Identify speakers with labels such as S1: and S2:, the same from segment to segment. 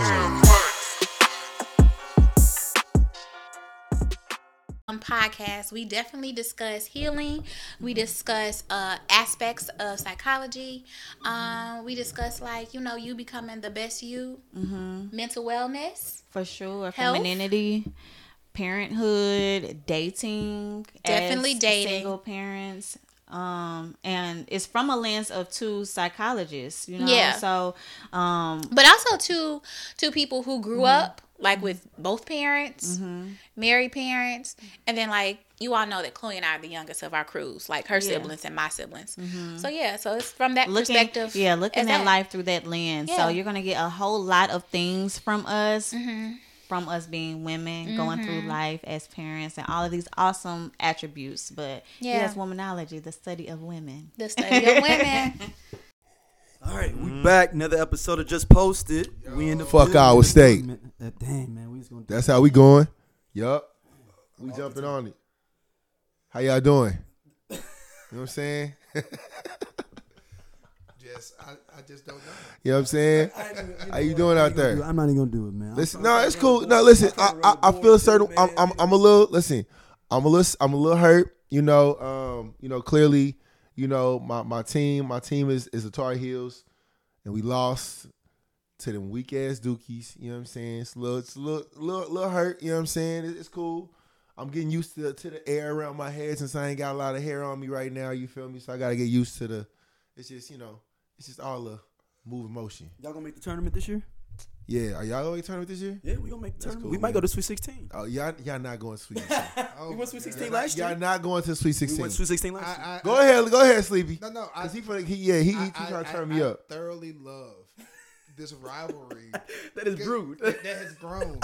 S1: um, podcast, we definitely discuss healing. We discuss uh, aspects of psychology. Um, we discuss like you know you becoming the best you, mm-hmm. mental wellness,
S2: for sure,
S1: Health.
S2: femininity, parenthood, dating,
S1: Definitely
S2: as
S1: dating.
S2: single parents. Um, and it's from a lens of two psychologists, you know.
S1: Yeah.
S2: So, um,
S1: but also to to people who grew
S2: Mm-hmm.
S1: up like with both parents, married parents, and then like you all know that Chloe and I are the youngest of our crews, like her siblings and my siblings. So yeah, so it's from that
S2: Mm-hmm. looking
S1: perspective.
S2: yeah looking
S1: as
S2: at
S1: that.
S2: life through that lens
S1: Yeah.
S2: so you're gonna get a whole lot of things from us
S1: Mm-hmm.
S2: from us being women going through life as parents and all of these awesome attributes but
S1: Yeah.
S2: yes womanology the study of women
S1: the study of women.
S3: All right, we back. Another episode of Just Posted. We in the
S4: Fuck
S3: building.
S4: Iowa State.
S3: Man, uh, Damn man, we was gonna.
S4: That's how we going. Yup. We jumping on it. How y'all doing? You know what I'm saying?
S5: Just I, I just don't know.
S4: You know what I'm saying? How you doing out
S3: Dude,
S4: there?
S3: I'm not even gonna do it, man. I'm
S4: Listen, no, it's cool. No, listen, I, I, I feel certain. I'm, I'm I'm a little listen. I'm a little I'm a little hurt. You know, um, you know clearly, you know my, my team my team is is the Tar Heels, and we lost to them weak ass Dookies. You know what I'm saying? It's a little it's a little little, little hurt. You know what I'm saying? It- it's cool. I'm getting used to to the air around my head since I ain't got a lot of hair on me right now. You feel me? So I gotta get used to the. It's just you know, it's just all a moving motion.
S3: Y'all gonna make the tournament this year?
S4: Yeah, are y'all going to tournament this year?
S3: Yeah, we gonna make the tournament.
S4: cool,
S3: we might
S4: man.
S3: go to Sweet 16.
S4: Oh, y'all, y'all not going to Sweet 16.
S3: we went Sweet 16 last year.
S4: Y'all not going to Sweet
S3: we
S4: 16.
S3: went Sweet 16 last year.
S5: I, I,
S4: go ahead, go ahead, Sleepy.
S5: No, no, I,
S4: Cause he, finna- he, yeah, he, he,
S5: I- I-
S4: trying to
S5: I-
S4: turn me
S5: I
S4: up.
S5: Thoroughly love this rivalry
S3: That is
S5: that-
S3: brewed.
S5: that, that has grown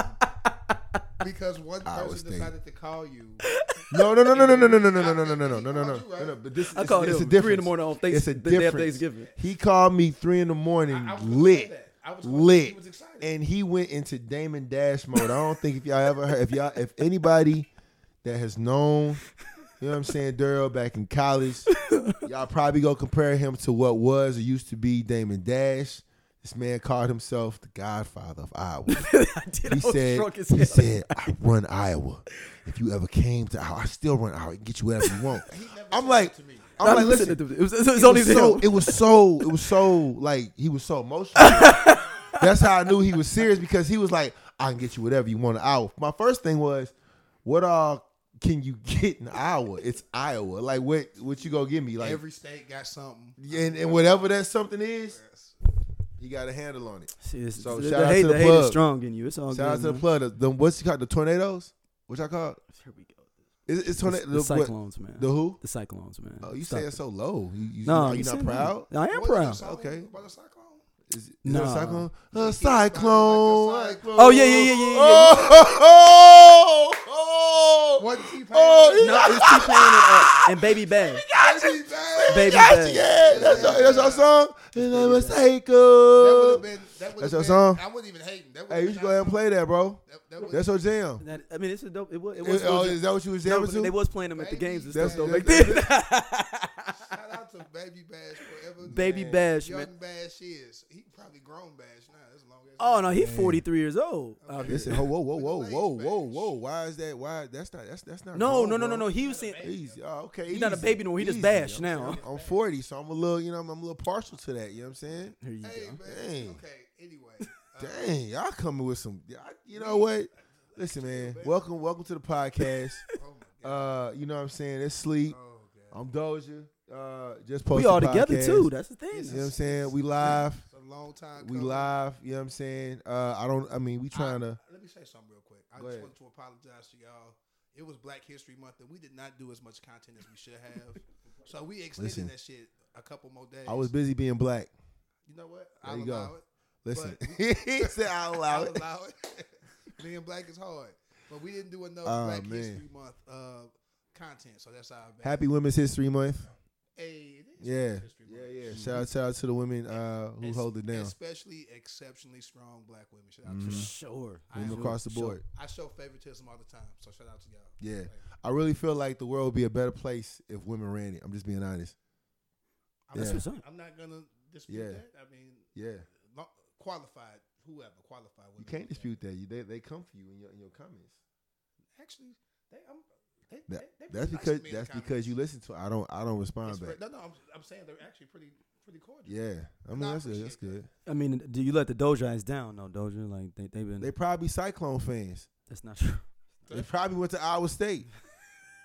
S5: because one
S4: I was
S5: person
S4: thinking-
S5: decided to call you.
S4: No, no, no, no, no, no, no, no, no, no, no, no, no, no, no, no, no, no, no. But this,
S3: I
S4: it's,
S3: called
S4: it's a
S3: him
S4: difference.
S3: three in the morning on Thanks-
S4: It's a
S3: the day after
S4: difference.
S3: Thanksgiving.
S4: He called me three in the morning,
S5: I- I was gonna say
S4: lit,
S5: that. I was gonna say
S4: lit,
S5: he was excited.
S4: and he went into Damon Dash mode. I don't think if y'all ever heard, if y'all, if anybody that has known, you know what I'm saying, Daryl back in college, y'all probably go compare him to what was or used to be Damon Dash. This man called himself the Godfather of Iowa.
S3: I did. I
S4: He
S3: was
S4: said,
S3: drunk as
S4: he
S3: hell.
S4: said, I run Iowa. If you ever came to Iowa, I still run Iowa. I can Get you whatever you want. I'm like, I'm
S3: Not
S4: like,
S3: even
S4: listen.
S3: said it to me. it was, it's
S4: It
S3: only
S4: was so,
S3: him.
S4: it was so, it was so, like, he was so emotional. That's how I knew he was serious because he was like, I can get you whatever you want in Iowa. My first thing was, what all can you get in Iowa? It's Iowa. Like, what, what you gonna give me? Like,
S5: Every state got something.
S4: and, and whatever that something is, you got a handle on it.
S3: See, it's-
S4: So
S3: the,
S4: shout
S3: the
S4: out
S3: hate,
S4: to the
S3: the hate is
S4: plug.
S3: strong in you. It's all
S4: Shout out
S3: good.
S4: to the
S3: man.
S4: plug. The, the- what's it called? The tornadoes? What y'all call? It?
S3: Here we go.
S4: It's, it's tornado.
S3: The,
S4: what-
S3: cyclones, man.
S4: The who?
S3: The cyclones, man.
S4: Oh, you
S3: Stop
S4: say
S3: it.
S4: it so low. You, you,
S3: No,
S4: are
S3: I'm
S4: you not
S3: saying
S4: proud?
S3: that. I am
S5: Wasn't
S3: proud.
S5: it something
S4: Okay.
S5: About a cyclone?
S4: Is, is
S3: No.
S4: it a cyclone? A
S5: It's
S4: cyclone.
S5: probably like a cyclone.
S3: Oh yeah, yeah, yeah, yeah, yeah. yeah.
S4: Oh, oh,
S5: What T-Pain?
S4: Oh,
S3: No, it's T Pain and, uh, and Baby Bag.
S5: T-Pain.
S3: Baby
S4: Yes,
S3: Bag.
S4: yeah, that's your, that's your song. And I'm a
S5: That would have
S4: cyclone.
S5: been. That would've
S4: That's your
S5: been-
S4: song?
S5: I wouldn't even hate him. That
S4: Hey, you should go ahead and play that, bro. That's your jam.
S3: That, I mean, it's a dope. It was. It was.
S4: Oh, is that what you was
S3: no,
S4: jamming
S3: but they
S4: to?
S3: was playing them at the
S5: Baby
S3: games and
S4: That's-
S3: stuff though
S4: that's-
S3: back then.
S5: Shout out to Baby Bash forever.
S3: Baby
S5: Man,
S3: Bash,
S5: young
S3: man.
S5: Bash is. He probably grown Bash now. That's long as.
S3: Oh no, he's 43 years old. out here.
S4: Listen, whoa, whoa, whoa, whoa, whoa, whoa, whoa. Why is that? Why? That's not. That's that's not.
S3: No,
S4: grown,
S3: no, no, no,
S4: bro.
S3: no. He was saying
S4: Easy. Oh, okay.
S3: He's not a
S4: easy.
S3: baby no more. He just
S4: Easy.
S3: bash
S4: I'm-
S3: now.
S4: I'm 40, so I'm a little, you know, I'm, I'm a little partial to that. You know what I'm saying?
S3: Here you
S5: Hey,
S3: go.
S5: man.
S4: Dang.
S5: Okay. Anyway. Uh,
S4: Dang, y'all coming with some. y'all- You know what? Listen, man. Welcome, welcome to the podcast.
S5: oh my God.
S4: Uh, you know what I'm saying? It's sleep.
S5: Oh God.
S4: I'm Doja. Uh, just posted
S3: We all
S4: the
S3: together
S4: podcast.
S3: too. That's the
S4: You know what I'm
S3: thing.
S4: saying? We live.
S5: It's a long time.
S4: We
S5: coming.
S4: live. You know what I'm saying? Uh, I don't. I mean, we trying to.
S5: Let me say something real quick. I
S4: Go
S5: just
S4: ahead.
S5: wanted to apologize to y'all. It was Black History Month, and we did not do as much content as we should have. so we extended
S4: Listen.
S5: that shit a couple more days.
S4: I was busy being black.
S5: You know what?
S4: There
S5: I'll
S4: you go.
S5: allow it.
S4: Listen,
S5: But-
S4: he said I'll allow
S5: I'll
S4: it.
S5: allow it. Being black is hard, but we didn't do enough
S4: Oh,
S5: Black
S4: man.
S5: History Month uh, content, so that's our bad.
S4: Happy Women's History Month.
S5: Hey, it is
S4: Yeah.
S5: Black History Month. Mm-hmm.
S4: Yeah, yeah. Shout out, shout out to the women uh, who
S5: Es-
S4: hold it down.
S5: Especially exceptionally strong Black women. Shout out
S3: For
S5: to y'all.
S3: sure.
S5: I
S4: Women
S5: am-
S4: Mm-hmm. across the
S3: Sure.
S4: board.
S5: I show favoritism all the time, so shout out to y'all.
S4: Yeah.
S5: Like,
S4: I really feel like the world would be a better place if women ran it. I'm just being honest.
S5: I'm,
S4: That's
S5: not,
S3: what's up.
S5: I'm not gonna dispute
S4: Yeah.
S5: that. I mean,
S4: Yeah.
S5: lo- qualified, whoever qualified.
S4: You
S5: women.
S4: can't dispute that. You, they, they come for you in your, in your comments.
S5: Actually, they, I'm, They-
S4: That-
S5: they- they
S4: that's
S5: pretty nice
S4: because
S5: to me in the
S4: that's
S5: comments.
S4: because you listen to. I don't I don't respond
S5: It's
S4: back.
S5: pre- no, no, I'm, I'm saying they're actually pretty, pretty cordial.
S4: Yeah, I mean
S5: No, I
S4: that's good. That's
S5: appreciate
S4: good.
S6: I mean, do you let the Dojans down? No, Doja. Like they, they've been.
S4: They probably Cyclone fans.
S6: that's not true.
S4: They probably went to Iowa State.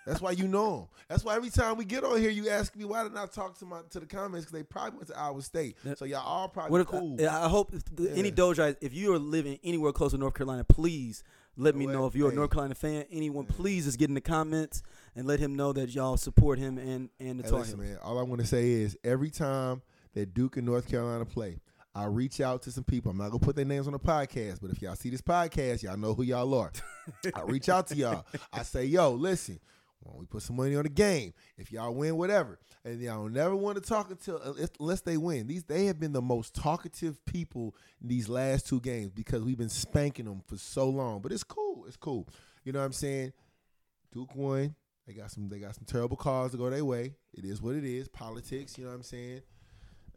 S4: That's why you know them. That's why every time we get on here, you ask me why did I talk to my to the comments because they probably went to Iowa State.
S6: Yeah.
S4: So y'all all probably
S6: What if,
S4: cool.
S6: I, I hope if the, any
S4: Yeah.
S6: Dojans, if you are living anywhere close to North Carolina, please let me
S4: What?
S6: know if you're a
S4: Hey.
S6: North Carolina fan. Anyone, please just get in the comments and let him know that y'all support him and and the
S4: Hey,
S6: Tar
S4: listen,
S6: Heels.
S4: man. All I want to say is every time that Duke and North Carolina play, I reach out to some people. I'm not gonna put their names on the podcast, but if y'all see this podcast, y'all know who y'all are. I reach out to y'all. I say, yo, listen. why don't we put some money on the game. If y'all win, whatever, and y'all never want to talk until uh, unless they win. These they have been the most talkative people in these last two games because we've been spanking them for so long. But it's cool. It's cool. You know what I'm saying? Duke won. They got some. They got some terrible calls to go their way. It is what it is. Politics. You know what I'm saying.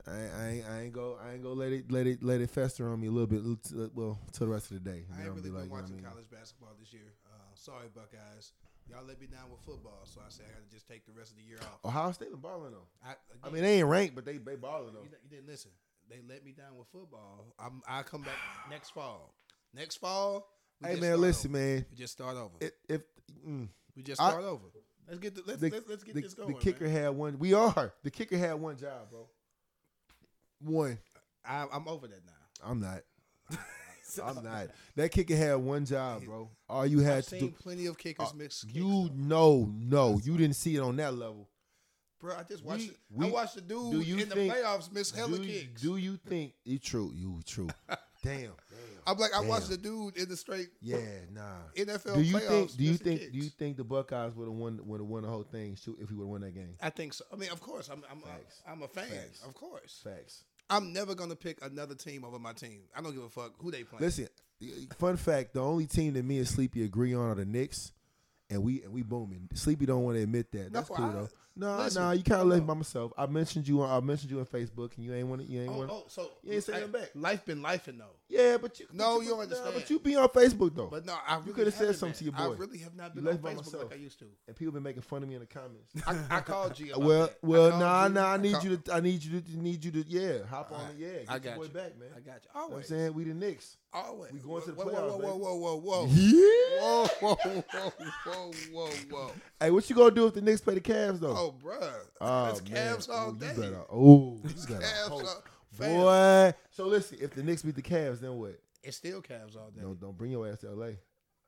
S4: I, I, ain't- I ain't go. I ain't go. Let it. Let it. Let it fester on me a little bit. l- t- Well, till the rest of the day. You
S5: I
S4: know,
S5: ain't really
S4: be like, you
S5: been
S4: know what I
S5: watching
S4: mean?
S5: college basketball this year. Uh, sorry, Buckeyes. Y'all let me down with football, so I said I got to just take the rest of the year off.
S4: Ohio State been balling though.
S5: I,
S4: Oh, I mean, they ain't ranked, but they they balling though.
S5: you, you didn't listen. They let me down with football. I'm, I come back next fall. Next fall. we
S4: Hey,
S5: just
S4: man,
S5: start
S4: listen,
S5: over.
S4: man.
S5: We just start over.
S4: If, if mm,
S5: we just
S4: I-
S5: start over. Let's get the, let's,
S4: the,
S5: let's, let's get
S4: the,
S5: this going.
S4: the kicker
S5: man.
S4: had one. We are the kicker had one job, bro. One.
S5: I, I'm over that now.
S4: I'm not. I'm not. That kicker had one job, bro. All you had
S5: I've
S4: to
S5: seen
S4: do. Uh,
S5: plenty of kickers mix. Kicks,
S4: You
S5: though.
S4: know, no, you didn't see it on that level.
S5: bro. I just watched.
S4: we-
S5: I watched the dude
S4: do you
S5: in the
S4: think-
S5: playoffs miss hella
S4: do, you-
S5: kicks.
S4: do you think you true? You true? Damn.
S5: I'm like, I watched
S4: Damn.
S5: the dude in the straight
S4: Yeah, nah.
S5: NFL
S4: Do you
S5: playoffs.
S4: think? Do you
S5: missing
S4: think?
S5: kicks.
S4: Do you think the Buckeyes would have won? Would have won the whole thing? Shoot, if we would have won that game.
S5: I think so. I mean, of course, I'm I'm
S4: Facts.
S5: I'm a fan.
S4: Facts.
S5: Of course,
S4: Facts.
S5: I'm never gonna pick another team over my team. I don't give a fuck who they play.
S4: Listen, fun fact: the only team that me and Sleepy agree on are the Knicks, and we and we booming. Sleepy don't want to admit that. That's
S5: No,
S4: cool
S5: I-
S4: though. No,
S5: listen,
S4: no, you kind of left me by myself. I mentioned you on I mentioned you on Facebook, and you ain't want to. You ain't
S5: Oh,
S4: want.
S5: oh, so
S4: You ain't saying
S5: I-
S4: nothing back.
S5: Life been life and though.
S4: Yeah, but you.
S5: No,
S4: but
S5: you don't
S4: nah,
S5: understand.
S4: but you be on Facebook though.
S5: But no, I really
S4: you could have said
S5: haven't
S4: something to your
S5: been.
S4: boy.
S5: I really have not
S4: You
S5: been on
S4: left by
S5: Facebook
S4: myself.
S5: like I used to.
S4: and people been making fun of me in the comments.
S5: I, I called G. about
S4: well,
S5: that. I
S4: well,
S5: called
S4: nah,
S5: G.
S4: nah. I need
S5: call-
S4: you to. I need you to. Need you to. Yeah, hop on it. Yeah, get
S5: I
S4: your
S5: got
S4: boy
S5: you.
S4: back, man.
S5: I got
S4: You
S5: you.
S4: know what I'm
S5: Always,
S4: saying we the Knicks.
S5: always.
S4: We going to the
S5: Whoa, whoa,
S4: playoffs,
S5: Whoa,
S4: baby.
S5: whoa, whoa, whoa, whoa.
S4: Yeah.
S5: Whoa, whoa, whoa, whoa, whoa, whoa.
S4: Hey, what you gonna do if the Knicks play the Cavs though?
S5: Oh, bruh.
S4: Oh,
S5: That's Cavs all
S4: Oh,
S5: day.
S4: you better, oh, you better
S5: Cavs
S4: hope.
S5: all- fam,
S4: Boy. So listen, if the Knicks beat the Cavs, then what?
S5: It's still Cavs all day.
S4: Don't don't bring your ass to LA.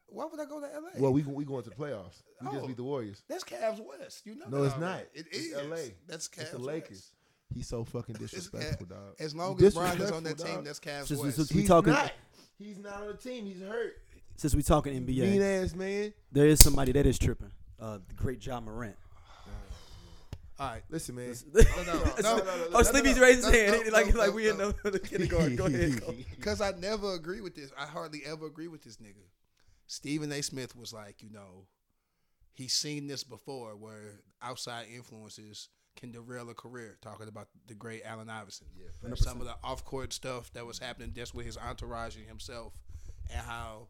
S5: Why would I go to LA?
S4: Well, we we going to the playoffs. We just
S5: Oh.
S4: beat the Warriors.
S5: that's Cavs West. You know
S4: No,
S5: that
S4: it's
S5: already.
S4: not.
S5: It
S4: It's
S5: is.
S4: LA.
S5: That's Cavs
S4: It's the
S5: West.
S4: Lakers. He's so fucking
S5: It's Ca-
S4: disrespectful, dog.
S5: As long
S4: You
S5: as Brian is on that
S4: disrespectful,
S5: team,
S4: dog.
S5: that's Cavs
S6: Just-
S5: West.
S6: just-
S4: He's
S6: talking-
S4: not. He's not on the team. He's hurt.
S6: Since we talking
S4: Mean
S6: NBA,
S4: ass man.
S6: there is somebody that is tripping. Uh, the great John Morant.
S5: all right.
S4: Listen, man.
S5: No, no, no,
S6: oh, Sleepy's raised his
S5: No,
S6: hand.
S5: no,
S6: He like
S5: no,
S6: he like
S5: no,
S6: we in
S5: no.
S6: the, the kindergarten. Go ahead. Go.
S5: Because I never agree with this. I hardly ever agree with this nigga. Stephen A. Smith was like, you know, he's seen this before where outside influences can derail a career. Talking about the great Allen Iverson. Yeah, Some of the off court stuff that was happening just with his entourage and himself, and how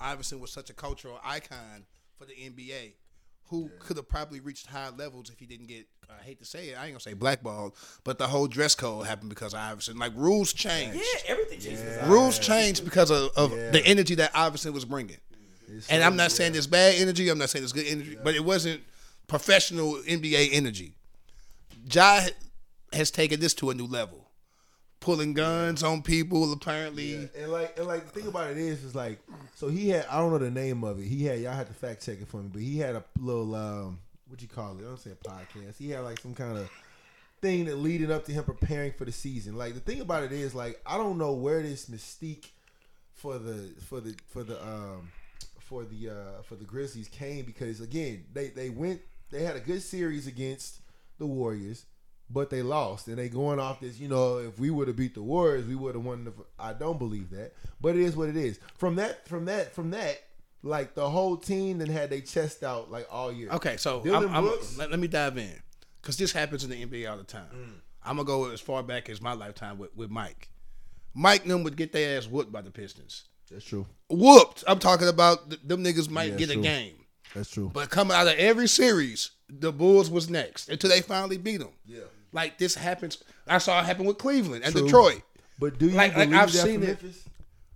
S5: Iverson was such a cultural icon for the NBA. Who could have probably reached high levels if he didn't get? I hate to say it, I ain't gonna say blackballed, but the whole dress code happened because of Iverson. Like rules changed.
S6: everything changes.
S5: Rules changed because of, of the energy that Iverson was bringing. and I'm not saying it's bad energy. I'm not saying it's good energy, but it wasn't professional NBA energy. Ja has taken this to a new level, pulling guns on people. Apparently,
S4: And like, and like, the thing about it is, is like, so he had, I don't know the name of it. He had, y'all had to fact check it for me, but he had a little, um, what you call it? I don't say a podcast. He had like some kind of thing that leaded up to him preparing for the season. Like the thing about it is, like, I don't know where this mystique for the for the for the um for the uh for the Grizzlies came because again they they went they had a good series against the Warriors but they lost and they going off this you know if we would have beat the Warriors we would have won the I don't believe that but it is what it is from that from that from that like the whole team then had they chest out like all year
S5: Okay, so
S4: Dylan
S5: I'm, I'm-
S4: Brooks?
S5: let, let me dive in because this happens in the NBA all the time. I'm gonna go as far back as my lifetime with, with Mike. Mike and them would get their ass whooped by the Pistons.
S4: that's true
S5: Whooped. I'm talking about th- them niggas might
S4: Yeah,
S5: get
S4: true.
S5: a game.
S4: That's true.
S5: But coming out of every series, the Bulls was next until they finally beat them. Yeah. Like this happens. I saw it happen with Cleveland and
S4: True.
S5: Detroit.
S4: But do you
S5: Like- like,
S4: believe
S5: I've
S4: that
S5: seen
S4: for
S5: it.
S4: Memphis?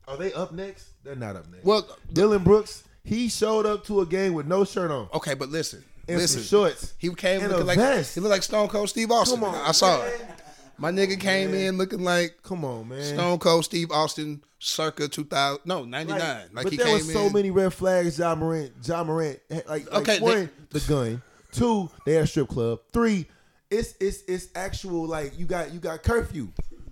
S4: Are they up next? They're not up next.
S5: Well,
S4: Dylan Brooks, he showed up to a game with no shirt on
S5: okay, but listen,
S4: and
S5: listen.
S4: some shorts.
S5: He came
S4: and a
S5: looking like
S4: vest.
S5: he looked like Stone Cold Steve Austin.
S4: Come on,
S5: I saw it. My nigga came in looking like
S4: Come on, man.
S5: Stone Cold Steve Austin, circa two thousand no ninety
S4: Like,
S5: nine. Like,
S4: but
S5: he
S4: there
S5: came
S4: was so
S5: in.
S4: many red flags. John Morant, John Morant, had, like, like
S5: Okay,
S4: one, the gun. Two, they had a strip club. Three, it's it's it's actual like you got you got curfew.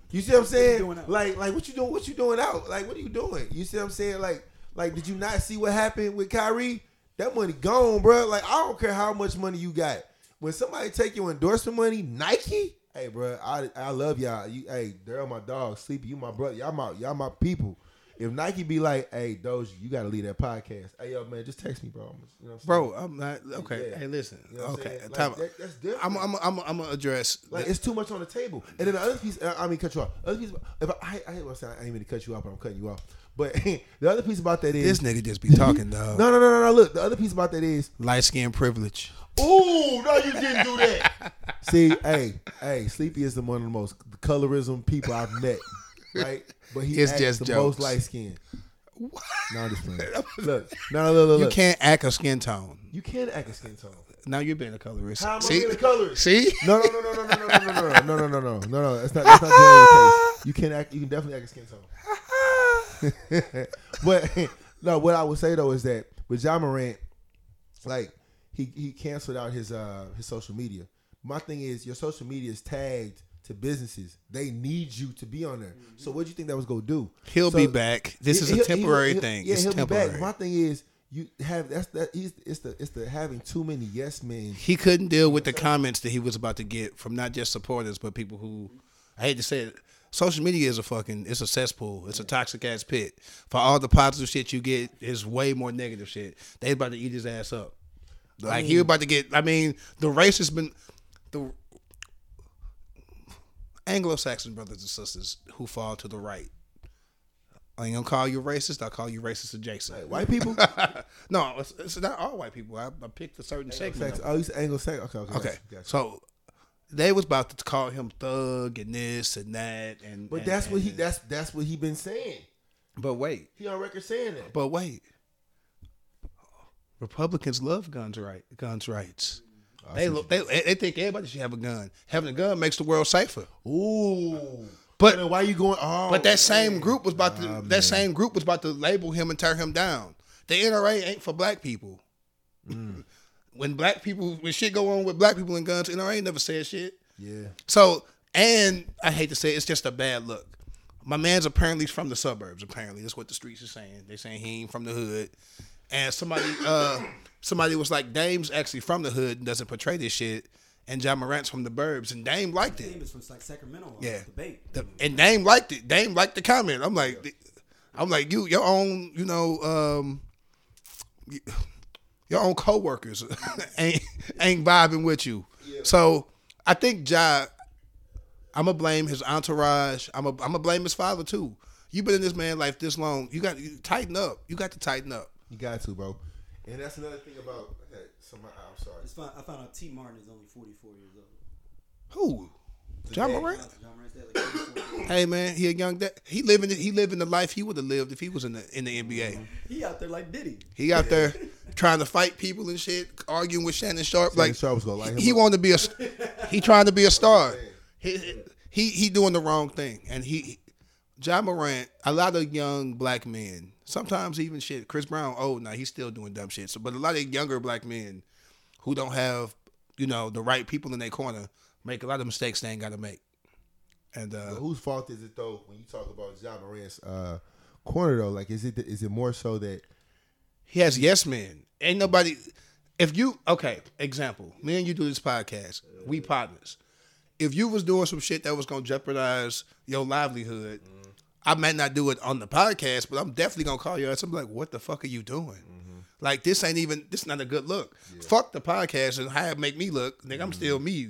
S4: You see what I'm saying?
S6: doing out?
S4: like like what you doing? What you doing out? Like what are you doing? You see what I'm saying? Like like did you not see what happened with Kyrie? That money gone, bro. Like I don't care how much money you got. When somebody take your endorsement money, Nike. Hey, bro, I I love y'all. You, hey, they're my dog. Sleepy, you my brother. Y'all my y'all my people. If Nike be like, hey, Doge, you gotta leave that podcast. Hey, yo, man, just text me, bro. I'm- You know what I'm saying?
S5: Bro, I'm not okay.
S4: Yeah.
S5: Hey, listen.
S4: You know what I'm
S5: okay,
S4: saying?
S5: time
S4: Like, that- that's different.
S5: I'm I'm I'm I'm gonna address.
S4: Like it's too much on the table. And then the other piece, I mean, cut you off. Other piece, if I, I, I, I'm saying I ain't mean to cut you off, but I'm cutting you off. But the other piece about that
S5: this
S4: is
S5: nigga just be talking though.
S4: no, no, no, no, no. Look, the other piece about that is,
S5: Light skin privilege.
S4: ooh, no, you didn't do that. See, hey, hey, Sleepy is the one of the most colorism people I've met, right? But he
S5: It's
S4: acts
S5: just
S4: the most
S5: jokes.
S4: light skinned. No, I'm just playing. Look, no, no, look, look,
S5: You
S4: look.
S5: can't act a skin tone.
S4: You can act a skin tone.
S5: Now you're being a colorist.
S4: How am I
S5: See?
S4: being a colorist?
S5: See?
S4: No, no, no, no, no, no, no, no, no, no, no, no, no, no, no, no. That's not. That's not generally the case. You can act. You can definitely act a skin tone. but no, what I would say though is that with John Morant, like he he canceled out his uh his social media. My thing is your social media is tagged to businesses. They need you to be on there. So what do you think that was gonna do?
S5: He'll
S4: So-
S5: be back. This is
S4: He'll-
S5: a
S4: he'll-
S5: temporary
S4: he'll-
S5: thing.
S4: Yeah,
S5: it's
S4: he'll
S5: temporary.
S4: be back. My thing is you have that's that he's it's the it's the having too many yes men.
S5: he couldn't deal with the comments that he was about to get from not just supporters but people who I hate to say it. Social media is a fucking it's a cesspool. It's a toxic ass pit. For all the positive shit you get, it's way more negative shit. They about to eat his ass up. Like he about to get I mean, the race has been the Anglo Saxon brothers and sisters who fall to the right. I ain't gonna call you racist, I'll call you racist adjacent.
S4: White people.
S5: no, it's, it's not all white people. I, I picked a certain segment. of
S4: Sex. Oh, he's Anglo-Saxon. Okay, okay.
S5: Okay.
S4: gotcha, gotcha.
S5: So they was about to call him thug and this and that and
S4: But
S5: and-
S4: that's what he
S5: and-
S4: that's that's what he been saying.
S5: But wait.
S4: He on record saying that.
S5: But wait. Republicans love guns right guns rights.
S4: Oh,
S5: They, lo- they they think everybody should have a gun. Having a gun makes the world safer.
S4: Ooh.
S5: But
S4: Then why you going? Oh,
S5: But that same group was about to that same group was about to label him and tear him down. The NRA ain't for black people.
S4: Mm.
S5: when black people when shit go on with black people and guns, NRA ain't never said shit.
S4: Yeah.
S5: So and I hate to say it, it's just a bad look. My man's apparently from the suburbs. Apparently, that's what the streets are saying. They saying he ain't from the hood. And somebody uh somebody was like, Dame's actually from the hood and doesn't portray this shit. And John Morant's from the burbs, and Dame liked it.
S6: Dame is from like Sacramento. uh,
S5: Yeah.
S6: debate.
S5: The- and Dame liked it. Dame liked the comment. I'm like, I'm like you, your own, you know, um, y- your own coworkers ain't ain't vibing with you. So I think Ja, I'm gonna blame his entourage. I'm gonna I'm gonna blame his father too. You've been in this man life this long. You got you tighten up. You got to tighten up.
S4: You got to, bro. And that's another thing about okay, somebody. I'm sorry.
S6: It's fine. I found out T. Martin is only 44 years old.
S5: Who? John Morant.
S6: John Morant's dad, like 44.
S5: Hey man, he a young dad. He living he living the life he would have lived if he was in the in the NBA.
S6: He out there like Diddy.
S5: He out there trying to fight people and shit, arguing with Shannon Sharp. like
S4: Sharp was gonna light him
S5: he
S4: up.
S5: wanted to be a s- he trying to be a star. He he he doing the wrong thing, and he John Morant. A lot of young black men, sometimes even shit. Chris Brown, old now, he's still doing dumb shit. So, but a lot of younger black men who don't have you know the right people in their corner make a lot of mistakes they ain't got to make. And uh,
S4: But whose fault is it though? When you talk about John Morant's uh, corner though, like is it is it more so that
S5: He has yes men. Ain't nobody. If you okay, example, me and you do this podcast. We partners. If you was doing some shit that was gonna jeopardize your livelihood, I might not do it on the podcast, but I'm definitely gonna call your ass. I'm like, what the fuck are you doing? Like this ain't even this not a good look. Fuck the podcast and how it make me look. Nigga, I'm still me.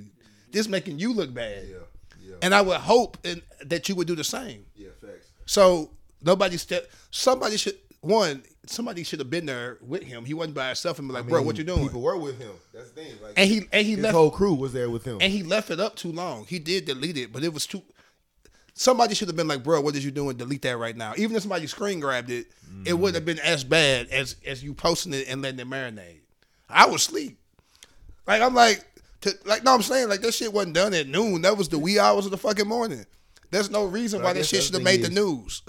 S5: This making you look bad. And I would hope and, that you would do the same.
S4: yeah, facts.
S5: So nobody step. Somebody should. one, somebody should have been there with him. He wasn't by himself and be like,
S4: I
S5: bro,
S4: mean,
S5: what you doing?
S4: People were with him. That's the thing. Like,
S5: and he and he
S4: his
S5: left
S4: whole crew was there with him.
S5: and he left it up too long. He did delete it, but it was too. Somebody should have been like, "Bro, what is you doing? Delete that right now." Even if somebody screen grabbed it,
S4: Mm.
S5: it wouldn't have been as bad as as you posting it and letting it marinate. I was sleep. Like I'm like, to, like no, I'm saying like that shit wasn't done at noon. That was the wee hours of the fucking morning. There's no reason
S4: But I
S5: why that
S4: guess
S5: shit
S4: the
S5: should have
S4: thing
S5: made the
S4: is-
S5: news.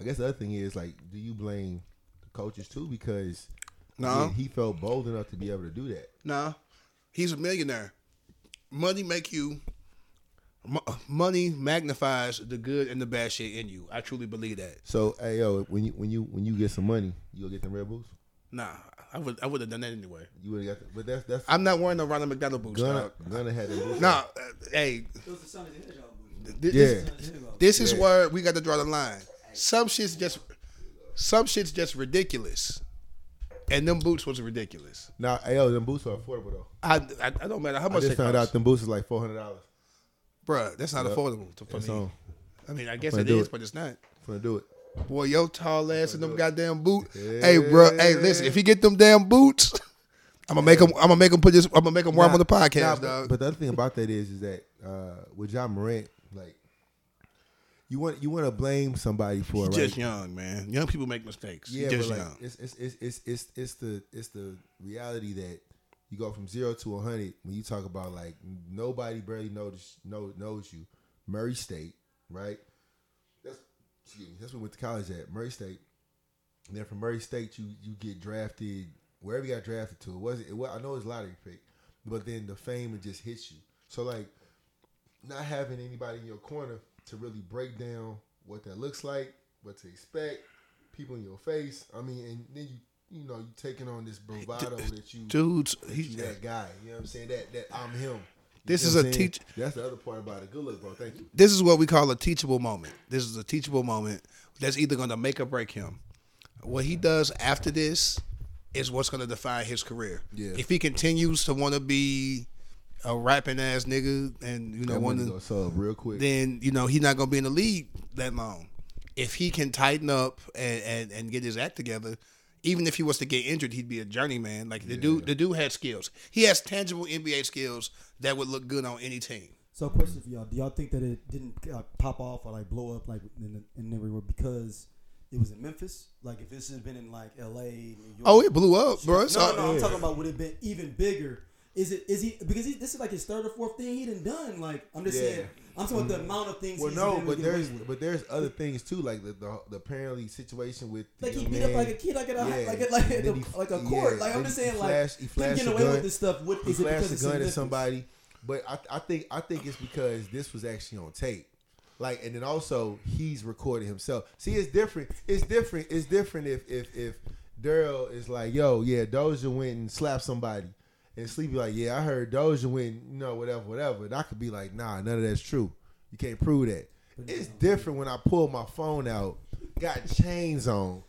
S4: I guess the other thing is like, do you blame the coaches too? Because
S5: No.
S4: he, he felt bold enough to be able to do that.
S5: Nah, he's a millionaire. Money make you. mo- uh, Money magnifies the good and the bad shit in you. I truly believe that.
S4: So, hey yo, when you when you when you get some money, you'll get them Red Bulls.
S5: Nah, I would I would have done that anyway.
S4: You would have got, the, but that's that's
S5: I'm not wearing no Ronald McDonald boots.
S4: gonna
S5: dog.
S4: gonna have them. Bulls.
S5: Nah, uh, hey,
S6: Those are some of the hedgehog movies.
S5: th-
S4: yeah,
S5: this, this is
S4: Yeah.
S5: where we got to draw the line. Some shit's just some shit's just ridiculous, and them boots was ridiculous.
S4: now hey yo, them boots are affordable though.
S5: I I, I don't matter how
S4: I
S5: much
S4: just
S5: they
S4: found out
S5: cost,
S4: them boots is like four hundred dollars.
S5: Bruh, That's not affordable to, for
S4: That's
S5: me.
S4: on.
S5: I mean, I guess
S4: gonna
S5: it
S4: do
S5: is,
S4: it.
S5: but it's not.
S4: I'm gonna do it.
S5: Boy, your tall ass in them goddamn boots. Hey, bruh, Hey, listen, if he get them damn boots, I'm gonna make him. I'm gonna make him put this. I'm gonna make him warm
S4: Nah,
S5: on the
S4: nah,
S5: podcast,
S4: but-
S5: dog.
S4: But, the other thing about that is, is that uh, with John Morant, like you want you want to blame somebody for it,
S5: He's
S4: right?
S5: just young, man. Young people make mistakes. He's
S4: yeah,
S5: just
S4: but like
S5: young.
S4: it's, it's it's it's it's it's the it's the reality that you go from zero to a hundred when you talk about like nobody barely knows know, knows you. Murray State, right? That's excuse me, that's where we went to college at Murray State. And then from Murray State, you you get drafted wherever you got drafted to. It wasn't. It was, I know it's lottery pick, but then the fame it just hits you. So like, not having anybody in your corner to really break down what that looks like, what to expect, people in your face. I mean, and then you you know you taking on this bravado that you
S5: dudes.
S4: that you
S5: He's,
S4: that guy. You know what I'm saying? That that I'm him. You
S5: This
S4: know
S5: is
S4: what
S5: a
S4: I'm saying?
S5: teach-
S4: That's the other part about it. Good luck, bro. Thank you.
S5: this is what we call a teachable moment. This is a teachable moment that's either going to make or break him. What he does after this is what's going to define his career.
S4: Yeah.
S5: If he continues to want to be a rapping ass nigga and you know
S4: That
S5: want
S4: money gonna
S5: to,
S4: sub real quick.
S5: then you know he's not going to be in the league that long. If he can tighten up and, and, and get his act together, even if he was to get injured, he'd be a journeyman. Like the dude, the dude had skills. He has tangible NBA skills that would look good on any team.
S7: So, question for y'all: Do y'all think that it didn't uh, pop off or like blow up like in, in everywhere because it was in Memphis? Like, if this had been in like L.A., New York,
S5: Oh, it blew up, bro.
S7: no, no, no, I'm talking about would it been even bigger? Is it? Is he? Because he, this is like his third or fourth thing he done done. Like, I'm just
S4: Yeah.
S7: saying, I'm talking about the amount of things.
S4: Well,
S7: he's
S4: no,
S7: been able to
S4: but
S7: get away
S4: there's
S7: with.
S4: but there's other things too, like the the, the apparently situation with the
S7: Like he
S4: young
S7: beat up
S4: man.
S7: like a kid, like at a hi-
S4: Yeah.
S7: like at like, at
S4: And then
S7: the,
S4: he-
S7: like a
S4: yeah,
S7: court. like I'm
S4: then
S7: just
S4: he
S7: saying,
S4: flashed-
S7: like
S4: he
S7: him
S4: flashed
S7: getting
S4: a
S7: away
S4: gun.
S7: with this stuff. What
S4: He
S7: is it
S4: flashed
S7: because
S4: a
S7: it's in
S4: gun at
S7: Memphis?
S4: somebody, but I, I think I think it's because this was actually on tape. Like, and then also he's recording himself. See, it's different. It's different. It's different if if if Daryl is like, yo, yeah, Doja went and slapped somebody, and Sleepy like, yeah, I heard Doja went, you know, whatever, whatever. And I could be like, nah, none of that's true. You can't prove that. It's different when I pull my phone out, got chains on.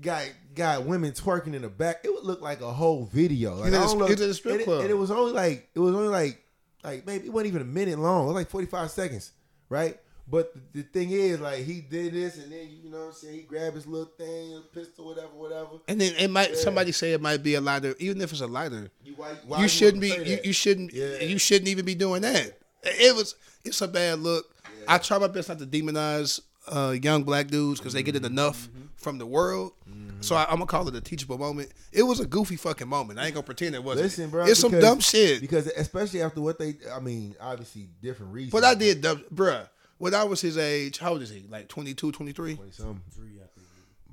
S4: Got got women twerking in the back. It would look like a whole video. Like,
S5: He's at
S4: I
S5: a-
S4: don't know-
S5: he's at a strip
S4: and it-
S5: club.
S4: and it was only like it was only like like maybe it wasn't even a minute long. It was like forty five seconds, right? But the, the thing is, like he did this, and then you know what I'm saying. He grabbed his little thing, his pistol, whatever, whatever.
S5: And then it might somebody say it might be a lighter, even if it's a lighter.
S4: You, why, why
S5: You shouldn't be
S4: wanna say
S5: you,
S4: that?
S5: you shouldn't
S4: Yeah.
S5: you shouldn't even be doing that. It was it's a bad look. I try my best not to demonize uh, young black dudes because they get it
S4: Mm-hmm.
S5: enough from the world. So I, I'm gonna call it a teachable moment. It was a goofy fucking moment. I ain't gonna pretend it wasn't.
S4: Listen, bro.
S5: it's some
S4: because-
S5: dumb shit.
S4: because especially after what they, I mean, obviously different reasons.
S5: but I did dumb, bruh. When I was his age, how old is he? Like 22, 23?
S4: Some
S7: Three, I think.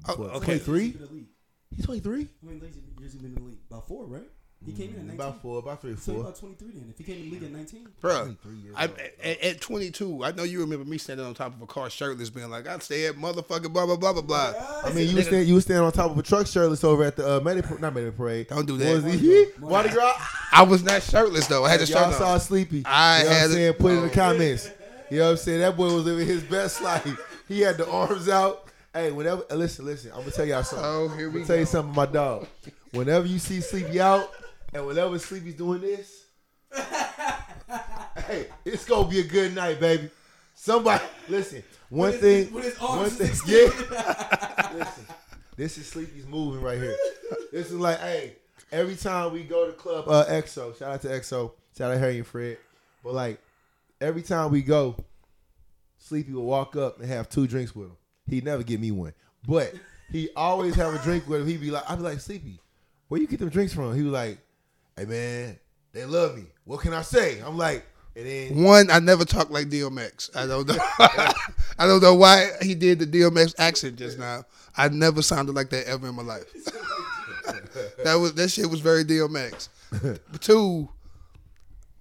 S5: Oh,
S4: twenty
S5: okay.
S4: three.
S7: He's been in the league.
S4: He's twenty three.
S7: How many years he been- years he been in the league? About four, right? He came in at 19.
S4: Mm, About four, about three, or
S7: So he
S4: four.
S7: about 23 then. If he came in the league at 19,
S5: Bruh,
S4: 23 years
S5: I,
S4: old.
S5: at, at 22, I know you remember me standing on top of a car shirtless, being like, "I stay at motherfucking blah blah blah blah blah."
S4: I mean, you was stand, you was standing on top of a truck shirtless over at the uh, Medi not Medi Parade.
S5: Don't do
S4: What
S5: that.
S4: Was he? Mardi Gras.
S5: I was not shirtless though. I had to
S4: If
S5: shirt
S4: y'all
S5: on.
S4: saw Sleepy.
S5: I
S4: you know
S5: had Oh.
S4: what I'm
S5: it.
S4: saying? Put it in the comments. You know what I'm saying? That boy was living his best life. He had the arms out. Hey, whenever uh, listen, listen, I'm gonna tell y'all something.
S5: Oh, here
S4: I'm
S5: we
S4: gonna tell you
S5: go.
S4: something, my dog. Whenever you see Sleepy out and whenever Sleepy's doing this, hey, it's gonna be a good night, baby. Somebody listen, one
S7: With his-
S4: thing
S7: with his
S4: one
S7: arms
S4: thing
S7: extended.
S4: yeah. listen, This is Sleepy's moving right here. this is like, hey, every time we go to club, uh, EXO. Shout out to EXO. Shout out Harry and Fred. But like, every time we go, Sleepy will walk up and have two drinks with him. He never get me one, but he always have a drink with him. He'd be like, I'd be like, Sleepy, where you get them drinks from? He was like, Hey man, they love me. What can I say? I'm like, and then
S5: One, I never talk like DMX. I don't know. I don't know why he did the DMX accent just now. I never sounded like that ever in my life. that was that shit was very DMX. But two,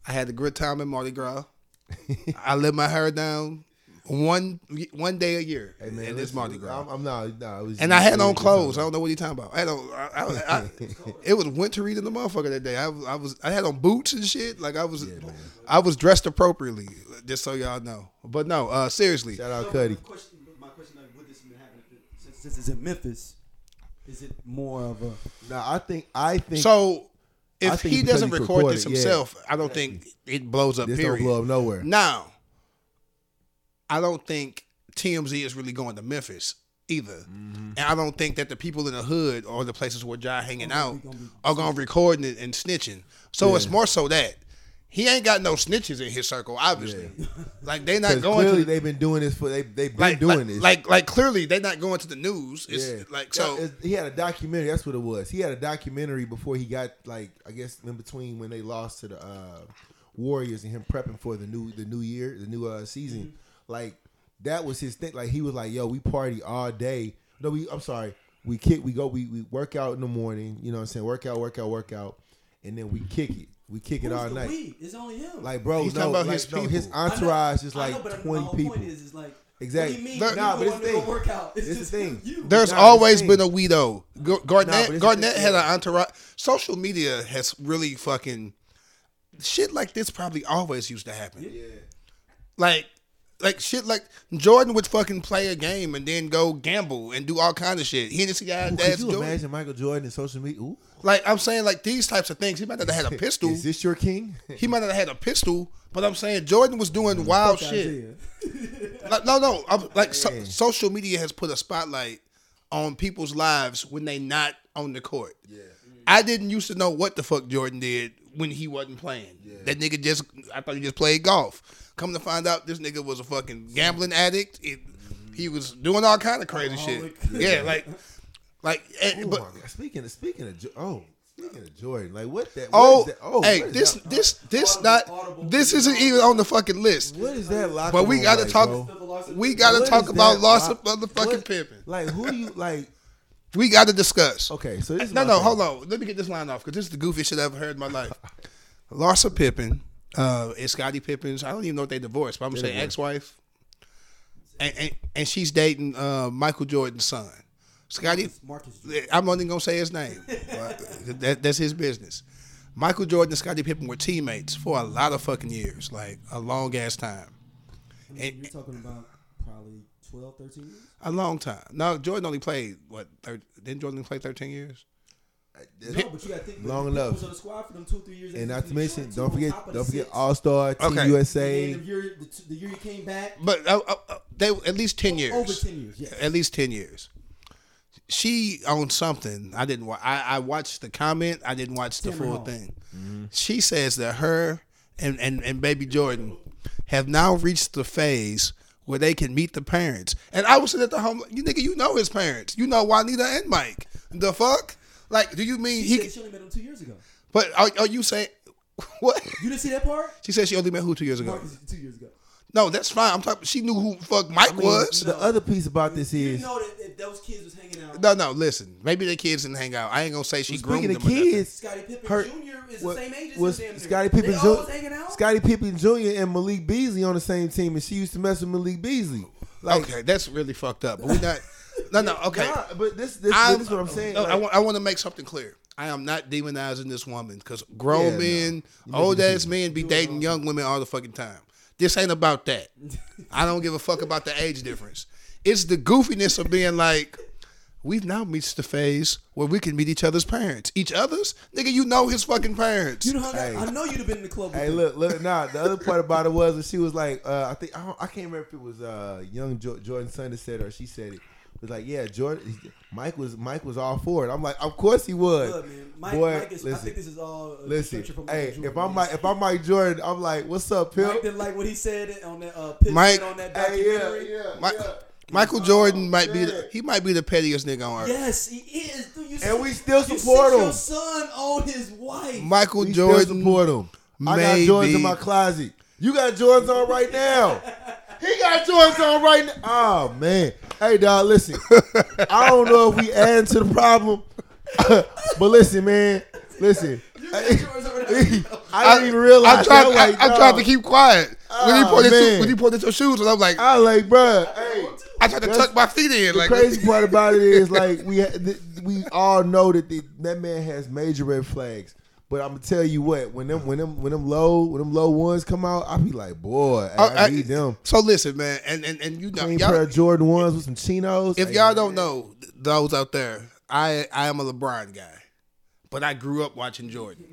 S5: I had a good time in Mardi Gras. I let my hair down one one day a year,
S4: Hey, man,
S5: and it's
S4: listen,
S5: Mardi Gras.
S4: I'm, I'm not, nah, it was
S5: And I had
S4: it
S5: on
S4: was-
S5: clothes. I don't know what you're talking about. I had on. I, I, I, it was wintry than the motherfucker that day. I, was- I was. I had on boots and shit. Like I was. I was dressed appropriately. Just so y'all know. But no, uh, seriously.
S4: Shout out
S7: So,
S4: Cuddy.
S7: My question, my question like, would this have been happening if it- since, since it's in Memphis? Is it more of a
S4: Nah, I think I think
S5: So
S4: I
S5: if
S4: think
S5: he
S4: because
S5: doesn't
S4: he
S5: record
S4: recorded,
S5: this
S4: yeah.
S5: himself, I don't think it blows up.
S4: this
S5: period.
S4: don't blow up nowhere.
S5: Now, I don't think TMZ is really going to Memphis either,
S4: Mm-hmm.
S5: and I don't think that the people in the hood or the places where Jai
S4: Oh,
S5: hanging out are gonna recording it and snitching. So it's more so that he ain't got no snitches in his circle. Obviously, like they not
S4: Because
S5: going.
S4: clearly
S5: to,
S4: they've been doing this for they they've been
S5: like,
S4: doing
S5: like,
S4: this.
S5: like like clearly they're not going to the news. It's
S4: Yeah.
S5: like
S4: Yeah,
S5: so.
S4: it's- he had a documentary. That's what it was. He had a documentary before he got like I guess in between when they lost to the uh, Warriors and him prepping for the new the new year the new uh, season.
S7: Mm-hmm.
S4: Like that was his thing. Like he was like, "Yo, we party all day." No, we. I'm sorry. We kick. We go. We we work out in the morning. You know what I'm saying? Workout, workout, workout, and then we kick it. We kick it
S7: Who's
S4: all
S7: the
S4: night.
S7: weed? It's only him.
S4: Like bro,
S5: He's
S4: no,
S5: talking about
S4: like,
S5: his
S4: no, his
S5: people.
S4: entourage is
S7: I
S4: like
S7: know, but I- my
S4: twenty
S7: whole
S4: people.
S7: Point is, is like,
S4: Exactly.
S7: What do you mean?
S4: There-
S7: you
S4: nah, but
S7: going
S4: it's
S7: to
S4: the
S7: go
S4: thing.
S7: work out? It's
S4: It's the
S7: just
S4: thing.
S7: You.
S5: There's
S4: Nah, but
S5: always
S4: it's the
S5: been a we though. Gar-
S4: Nah,
S5: Garnett
S4: but it's-
S5: Garnett had an
S4: yeah.
S5: entourage. Social media has really fucking shit like this probably always used to happen. Yeah. Like like shit like Jordan would fucking play a game and then go gamble and do all kind of shit. He didn't see how
S4: Ooh,
S5: dad's
S4: Could you
S5: doing.
S4: imagine Michael Jordan in social media? Ooh,
S5: Like I'm saying like these types of things. He might not have had a pistol.
S4: is this your king?
S5: He might not have had a pistol, but I'm saying Jordan was doing wild
S7: Fuck
S5: shit.
S7: Isaiah.
S5: Like, no, no. I'm, like so, social media has put a spotlight on people's lives when they not on the court. Yeah. I didn't used to know what the fuck Jordan did when he wasn't playing. That nigga just I thought he just played golf. Come to find out this nigga was a fucking gambling addict. It, he was doing all kind of crazy shit. Yeah, like like and-
S4: Ooh,
S5: but
S4: my God. speaking of speaking of Jo- oh speaking of Jordan, like what that?
S5: oh,
S4: what is that? oh,
S5: hey,
S4: what is
S5: this
S4: that?
S5: this this
S7: Audible,
S5: not
S7: Audible.
S5: this isn't even on the fucking list.
S4: what is that? Locker
S5: But we
S4: room
S5: gotta
S4: like,
S5: talk
S4: bro?
S5: we gotta
S4: What
S5: talk
S4: is
S5: about
S4: that?
S5: loss of
S4: Why-
S5: motherfucking
S4: what-
S5: pimping.
S4: Like who you like?
S5: We gotta discuss.
S4: Okay, so this is
S5: No,
S4: my
S5: no,
S4: thing.
S5: hold on. Let me get this line off because this is the goofiest shit I've ever heard in my life. Larsa Pippen uh, is Scottie Pippen's. I don't even know if they divorced, but I'm gonna say ex-wife, and, and and she's dating uh, Michael Jordan's son. Scottie,
S7: Marcus.
S5: I'm only gonna say his name. that, that's his business. Michael Jordan and Scottie Pippen were teammates for a lot of fucking years, like a long ass time,
S7: I mean, you're talking about probably 12, 13 years.
S5: a long time. No, Jordan only played what? Thir- didn't Jordan play 13 years?
S7: No, but you got to think.
S4: Long
S7: Long
S4: enough.
S7: enough. Was on the squad for them two, three years.
S4: And
S7: after
S4: not to
S7: you
S4: mention,
S7: shot,
S4: don't
S7: two on
S4: forget,
S7: top of the
S4: don't forget
S7: six.
S4: All Star Team
S5: Okay.
S4: USA.
S7: And the year, the, t- the year you came back,
S5: But uh, uh, uh, they at least 10 years.
S7: over ten years. Yeah.
S5: at least 10 years. She on something. I didn't wa- I, I watched the comment. I didn't watch the
S7: Tamron
S5: full
S7: Hall.
S5: thing. She says that her and, and, and baby Jordan have now reached the phase where they can meet the parents. And I was sitting at the home, you nigga, you know his parents. You know Juanita and Mike. The fuck? Like, do you mean
S7: He
S5: he?
S7: said she only met him two years ago.
S5: But are, are you saying what?
S7: You didn't see that part?
S5: She said she only met who two years ago.
S7: Marcus, two years ago.
S5: No, that's fine. I'm talking. She knew who fuck Mike was.
S4: The other piece about this
S7: You
S4: is
S7: know that if those kids was hanging out.
S5: No, no. Listen, maybe the kids didn't hang out. I ain't gonna say she groomed
S4: Speaking
S5: them.
S4: of
S5: or nothing.
S4: kids,
S7: Scottie Pippen
S4: her-
S7: Jr. is
S4: wa-
S7: the same age as
S4: was
S7: him. damn
S4: Scottie
S7: near.
S4: Pippen
S7: They always hanging
S4: Jr.
S7: out.
S4: Scottie Pippen Jr. and Malik Beasley on the same team, and she used to mess with Malik Beasley. Like,
S5: okay, that's really fucked up. But we're not. No, no. Okay.
S4: nah, but this this,
S5: I'm-
S4: this is what I'm saying.
S5: No, I,
S4: like-
S5: want, I want to make something clear. I am not demonizing this woman because grown
S4: Yeah, no.
S5: men, old ass men be dating young women all the fucking time. This ain't about that. I don't give a fuck about the age difference. It's the goofiness of being like, we've now reached the phase where we can meet each other's parents. Each other's? Nigga, you know his fucking parents.
S7: You done hung out. I know you'd have been in the club.
S4: Hey,
S7: with
S4: look, look. Nah, the other part about it was when she was like, uh, I think I, don't, I can't remember if it was uh, young jo- Jordan Son that said it or she said it, was like, yeah, Jordan. he- Mike was Mike was all for it. I'm like, of course he was.
S7: Look, man, Mike,
S4: Boy,
S7: Mike is, I
S4: listen.
S7: think this is all. a
S4: Listen,
S7: picture from Michael
S4: hey,
S7: Jordan,
S4: if I'm
S7: man.
S4: Mike, if I'm Mike Jordan, I'm like, what's up, Pimp?
S7: Mike didn't like what he said on that uh, pitch
S5: Mike-
S7: on that
S4: Hey, yeah,
S7: documentary.
S4: yeah,
S5: Mi-
S4: yeah.
S5: Michael Jordan might be
S4: shit.
S5: the, he might be the pettiest nigga on earth.
S7: Yes, he is. Dude, you
S4: And we still
S7: you
S4: support
S7: sit
S4: him.
S7: Your son on his wife.
S5: Michael
S4: We still
S5: Jordan
S4: support him. I got
S5: may
S4: Jordans in
S5: be-
S4: my closet. You got Jordans on right now. He got Jordans on right now. Oh man. Hey dog, listen. I don't know if we add to the problem, but listen, man. Listen. I didn't even realize.
S5: I tried,
S4: I'm like,
S5: I, I tried to
S4: dawg.
S5: keep quiet. when he
S4: Oh,
S5: pointed
S4: man.
S5: to, when he pointed your shoes, and I'm like,
S4: I like, bruh. Hey,
S5: I tried to
S4: that's-
S5: tuck my feet in.
S4: the
S5: Like,
S4: crazy part about it is like we ha- th- we all know that the, that man has major red flags. But I'm gonna tell you what, when them when them when them low when them low ones come out, I be like, boy, I, I
S5: I- I-
S4: need them.
S5: So listen, man, and and, and you know,
S4: Clean
S5: y'all,
S4: pair of Jordan ones with some chinos.
S5: if
S4: Hey,
S5: y'all don't know th- those out there, I I am a LeBron guy, but I grew up watching Jordan,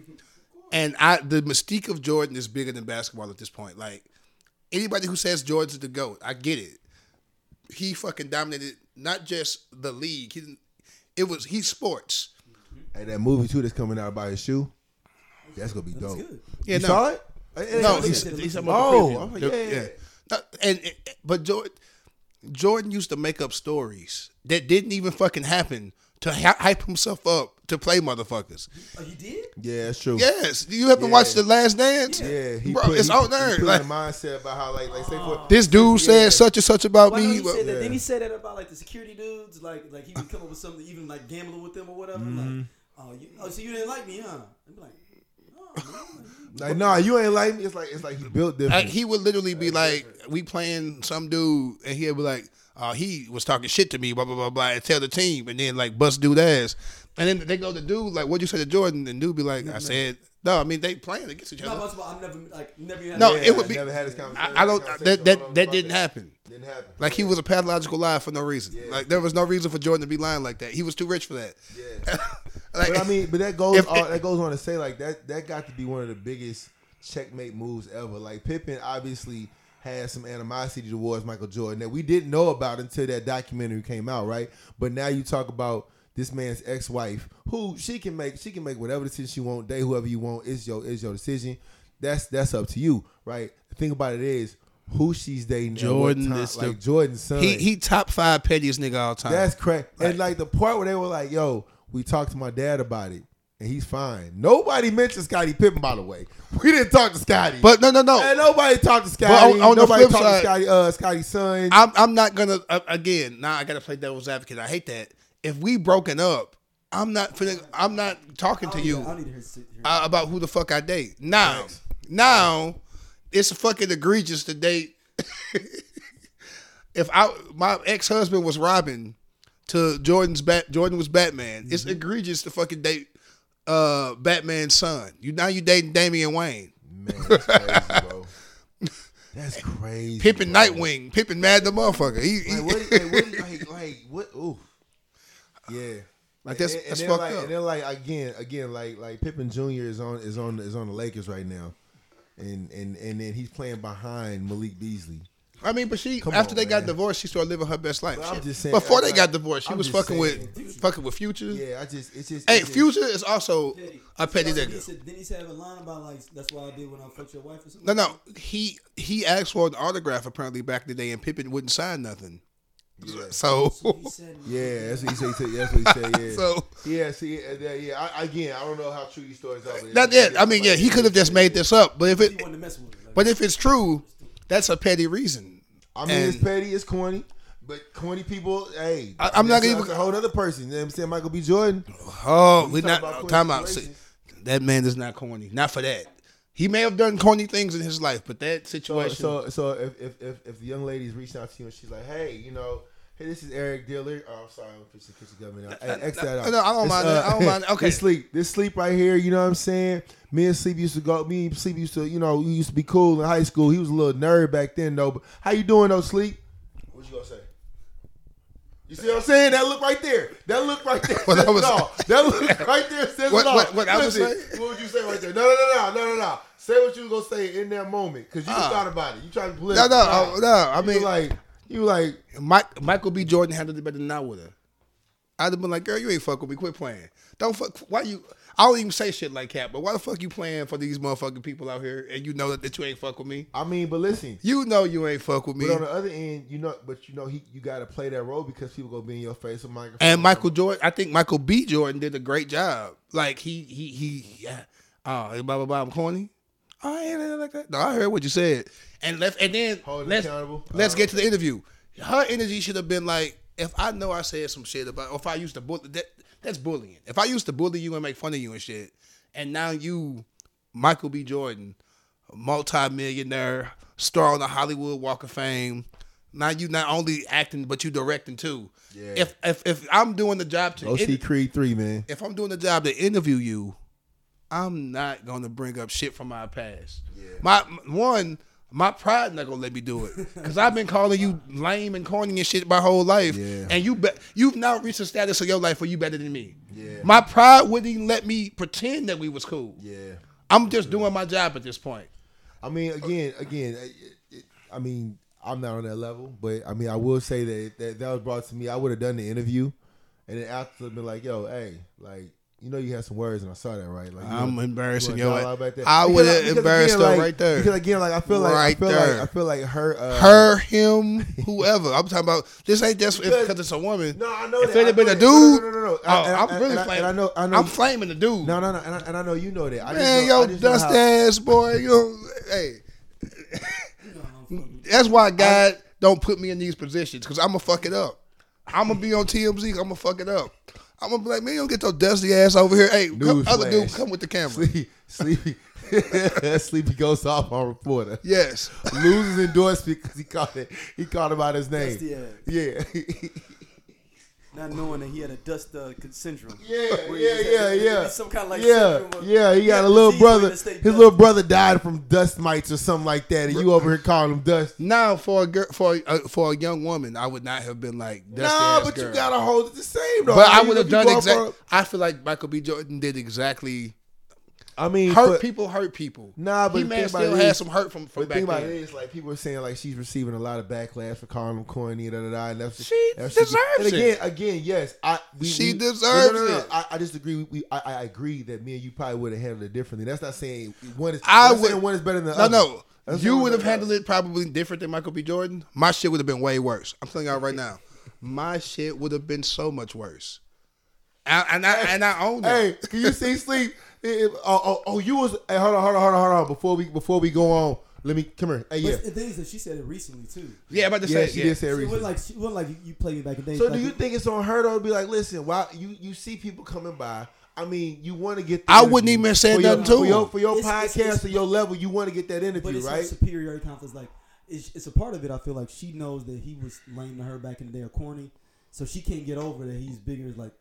S5: and I the mystique of Jordan is bigger than basketball at this point. Like anybody who says Jordan's the goat, I get it. He fucking dominated not just the league. He didn't, it was he sports.
S4: hey, that movie too that's coming out about his shoe, that's gonna be dope.
S5: Yeah,
S4: you
S5: no.
S4: saw it? Hey,
S5: No,
S4: hey,
S5: he's,
S4: hey,
S5: he's
S4: Oh,
S5: oh,
S4: oh, yeah, yeah.
S5: No, and and- but Jordan, Jordan used to make up stories that didn't even fucking happen to hy- hype himself up to play motherfuckers.
S7: Oh, you did?
S4: yeah, that's true.
S5: Yes, you haven't watched The Last Dance?
S4: Yeah, he
S5: Bro,
S4: put,
S5: it's
S4: he,
S5: all
S4: he
S5: there.
S4: put
S5: Like, Oh.
S4: in a mindset about how like like say for
S5: this dude said such and such about
S7: Why don't
S5: me.
S7: he say that?
S4: yeah.
S7: Didn't he say that about like the security dudes? Like, like he would come up with something, even like gambling with them or whatever. Like, oh, you, oh, so you didn't like me, huh? I'd be like, oh, man.
S4: like nah, you ain't like me. It's like it's like he built
S5: Like,
S4: different.
S5: he would literally be like, "We playing some dude," and he'd be like, uh, "He was talking shit to me, blah blah blah blah," and tell the team, and then like bust dude ass, and then they go to dude like, "What'd you say to Jordan?" And dude be like, "I said no." I mean, they playing against each
S7: Not
S5: other.
S7: about to- I've never, like, never. even had
S5: No,
S7: a-
S5: it would be-
S4: I never had this conversation.
S5: I, I don't. That
S4: conversation
S5: that,
S4: about
S5: that
S4: it.
S5: didn't happen.
S4: Didn't happen.
S5: Like he was a pathological liar for no reason. Like there was no reason for Jordan to be lying like that. He was too rich for that.
S4: Yeah.
S5: like
S4: But I mean, but that goes
S5: If-
S4: all, that goes on to say like that that got to be one of the biggest checkmate moves ever. Like Pippen obviously had some animosity towards Michael Jordan that we didn't know about until that documentary came out, right? But now you talk about this man's ex-wife who she can make she can make whatever decision she want, date whoever you want. It's your it's your decision. That's that's up to you, right? The thing about it is who she's dating.
S5: Jordan
S4: at what time.
S5: is the-
S4: like Jordan's son.
S5: he he top five pettiest nigga all time.
S4: That's crazy. and like the part where they were like, "Yo, we talked to my dad about it, and he's fine." Nobody mentioned Scottie Pippen, by the way. We didn't talk to Scotty,
S5: but no no no.
S4: and nobody talked to Scotty.
S5: on- on the
S4: nobody
S5: flip
S4: talked
S5: side-
S4: to Scotty. Uh, Scotty's son.
S5: I'm I'm not gonna uh, again. Now I gotta play devil's advocate. I hate that. If we broken up, I'm not finna, I'm not talking
S7: I
S5: to
S7: don't need- I don't
S5: you
S7: need to hear. sit here.
S5: uh, about who the fuck I date. Now, now, it's fucking egregious to date. if I my ex husband was Robin, to Jordan's bat Jordan was Batman. It's
S4: Mm-hmm.
S5: egregious to fucking date uh Batman's son. You now you dating Damian Wayne,
S4: Man, that's crazy, bro. That's crazy.
S5: Pippin
S4: bro.
S5: Nightwing, Pippin Mad the motherfucker. He, he-
S4: Like what? Like what? Like, like what? Ooh, yeah.
S5: Like, that's-
S4: and, and
S5: that's
S4: then,
S5: fucked
S4: like,
S5: up.
S4: And then like again, again, like like Pippen Jr. is on is on is on the Lakers right now, and and and then he's playing behind Malik Beasley.
S5: I mean, but she
S4: Come
S5: after
S4: on,
S5: they got
S4: man.
S5: divorced, she started living her best life.
S4: But I'm
S5: Shit.
S4: just saying-
S5: Before they
S4: like,
S5: got divorced, she
S4: I'm
S5: was
S4: just
S5: fucking
S4: saying.
S5: with fucking with Future.
S4: Yeah, I just it's just
S5: Hey,
S4: it's just-
S5: Future is also a petty
S7: Then he
S5: nigga.
S7: said, then he said a line about like that's why I did when I fucked your wife or something.
S5: No, no, he he asked for an autograph apparently back in the day, and Pippen wouldn't sign nothing. So,
S7: He said,
S4: Yeah, that's what he said. he said- That's what he said. Yeah.
S5: so
S4: yeah, see, uh, yeah, yeah. I, again, I don't know how true these stories are. but-
S5: not that. I mean, yeah, he could have just made this up, but if
S7: he
S5: it
S7: wanted to mess with her. Like,
S5: but if it's true, that's a petty reason.
S4: I mean, it's
S5: And-
S4: petty, it's corny, but corny people. Hey,
S5: I- I'm not
S4: that's-
S5: even-
S4: that's a whole other person. You know what I'm saying Michael B. Jordan.
S5: Oh, we're
S4: talking about
S5: not
S4: corny
S5: time out. See,
S4: situations.
S5: that man is not corny. Not for that. He may have done corny things in his life, but that
S4: So,
S5: situation.
S4: so, so if, if if if the young lady's reaching out to you and she's like, hey, you know, hey, this is Eric Diller. Oh, I'm sorry, I'm fixing to kiss your government. Hey, X that out.
S5: no, I don't
S4: This,
S5: mind that. I don't mind that. Okay.
S4: this sleep, this sleep right here. You know what I'm saying? Me and sleep used to go. Me and sleep used to, you know, we used to be cool in high school. He was a little nerd back then though. But how you doing though, sleep? What you gonna say? You see what I'm saying? That look right there. That look right there.
S5: What I
S4: says it
S5: was-
S4: all. That look right there says
S5: What-
S4: it all.
S5: what- what I was
S4: Listen,
S5: saying?
S4: what would you say right there? No, no, no, no, no, no, no. Say what you was gonna say in that moment, cause you
S5: Uh.
S4: thought about it. You trying to
S5: No,
S4: political.
S5: no, uh, no. I
S4: You
S5: mean,
S4: like You like
S5: Mike, Michael B. Jordan handled it better than I would have. I'd have been like, girl, you ain't fuck with me. Quit playing. Don't fuck. Why you? I don't even say shit like that, but why the fuck you playing for these motherfucking people out here and you know that, that you ain't fuck with me?
S4: I mean, but listen,
S5: You know you ain't fuck with me.
S4: But on the other end, you know, but you know, he you got to play that role because people gonna be in your face with microphone.
S5: And Michael Jordan, I think Michael B. Jordan did a great job. Like he he he, yeah. oh blah blah blah. I'm corny. Oh, I ain't like that. No, I heard what you said. And left and then
S4: Hold it
S5: let's
S4: accountable.
S5: let's
S4: Uh,
S5: get to the interview. Her energy should have been like, if I know I said some shit about, or if I used to bully, that that's bullying. If I used to bully you and make fun of you and shit, and now you, Michael B. Jordan, multi-millionaire, star on the Hollywood Walk of Fame. Now you not only acting, but you directing too.
S4: Yeah.
S5: If if if I'm doing the job to
S4: Go see
S5: in-
S4: Creed three, man.
S5: if I'm doing the job to interview you, I'm not gonna bring up shit from my past. My one, my pride not gonna let me do it because I've been calling you lame and corny and shit my whole life,
S4: Yeah.
S5: and you be- you've now reached a status of your life where you better than me.
S4: Yeah.
S5: My pride wouldn't even let me pretend that we was cool.
S4: Yeah,
S5: I'm just doing my job at this point.
S4: I mean, again, again, it, it, I mean, I'm not on that level, but I mean, I will say that that, that was brought to me. I would have done the interview, and then after been like, yo, hey, like. You know you had some words, and I saw that, right? Like you
S5: I'm
S4: wanna-
S5: embarrassing
S4: you wanna
S5: your-
S4: dialogue back there.
S5: I
S4: Because-
S5: would've
S4: because
S5: embarrassed
S4: again,
S5: her
S4: like-
S5: right there.
S4: Because again, like I feel like I
S5: Right
S4: feel
S5: there.
S4: like I feel like her, uh,
S5: Her, him, whoever. I'm talking about. This ain't just because it's a woman.
S4: No, I know
S5: If
S4: that.
S5: it
S4: I
S5: had been
S4: know
S5: a
S4: that.
S5: dude,
S4: No, no, no, no, no.
S5: Oh,
S4: I- and I-
S5: I'm
S4: and
S5: really
S4: I-
S5: flaming.
S4: and I know- I know
S5: am
S4: you-
S5: flaming the dude.
S4: No, no, no, and I, and I know you know that. I
S5: Man,
S4: just know, I
S5: yo,
S4: just know
S5: dust
S4: how-
S5: ass boy, yo, hey. That's why God don't put me in these positions because I'm gonna fuck it up. I'm gonna be on TMZ. I'm gonna fuck it up. I'm gonna be like, man, you don't get your dusty ass over here. Hey, come,
S4: News
S5: other dude,
S4: flash.
S5: come with the camera.
S4: Sleepy, sleepy, sleepy goes off on reporter.
S5: Yes,
S4: Loses endorsement because he called it. He called him out his name.
S7: Dusty ass.
S4: Yeah,
S7: Not knowing that he had a dust uh, syndrome.
S4: yeah,
S7: Where he
S4: yeah,
S7: was-
S4: yeah,
S7: he
S4: yeah.
S7: was Some kind of like
S4: yeah,
S7: syndrome of-
S4: yeah. He got
S7: had
S4: a little
S7: disease where
S4: brother.
S7: they
S4: His
S7: stay
S4: little brother died from dust mites or something like that, and you over here calling him dust.
S5: now for a girl, for a, uh, for a young woman, I would not have been like dusty
S4: Nah,
S5: ass
S4: but
S5: girl.
S4: you gotta hold it the same though.
S5: But I
S4: mean,
S5: would have
S4: you
S5: done
S4: go for-
S5: exactly. I feel like Michael B. Jordan did exactly.
S4: I mean,
S5: Hurt
S4: but-
S5: people hurt people.
S4: Nah, but
S5: he
S4: the
S5: may
S4: thing about
S5: still
S4: it
S5: had
S4: is-
S5: some hurt from from
S4: But the
S5: back
S4: thing
S5: then.
S4: about it is, like people are saying, like she's receiving a lot of backlash for calling him corny, da da da. And that's
S5: She
S4: that's
S5: deserves
S4: and
S5: it.
S4: again, Again, yes, I we,
S5: She
S4: we-
S5: deserves
S4: no, no, no, no,
S5: it.
S4: I, I just agree. We, we I, I agree that me and you probably would have handled it differently. That's not saying one is.
S5: I
S4: I'm not
S5: would-
S4: saying one is better than the
S5: No,
S4: other.
S5: no.
S4: That's
S5: you
S4: not
S5: would have
S4: what I'm
S5: handled it probably different than Michael B. Jordan. My shit would have been way worse. I'm telling y'all right now. My shit would have been so much worse. I, and I and I own it.
S4: Hey, can you see sleep? It- it- oh, oh, oh, you was. Hey, hold on, hold on, hold on, hold on. Before we before we go on, let me come here. Hey,
S7: But
S4: yeah,
S7: The thing is that she said it recently too.
S5: yeah, I'm about to
S4: yeah.
S5: say
S4: She
S5: yeah.
S4: did say
S7: She
S4: reason.
S7: wasn't like she wasn't like you, you played me back in the day.
S4: So
S7: Like,
S4: do you think it's on her though to be like, listen, why you you see people coming by? I mean, you want to get. the
S5: I wouldn't
S4: interview.
S5: even have said
S4: for your,
S5: nothing to
S4: for your,
S5: him.
S4: for your
S7: It's-
S4: podcast
S7: it's- it's-
S4: or your level. You want to get that
S7: But
S4: interview,
S7: it's her
S4: right?
S7: superiority complex. Like it's, it's a part of it. I feel like she knows that he was lame to her back in the day or corny, so she can't get over that he's bigger. It's like,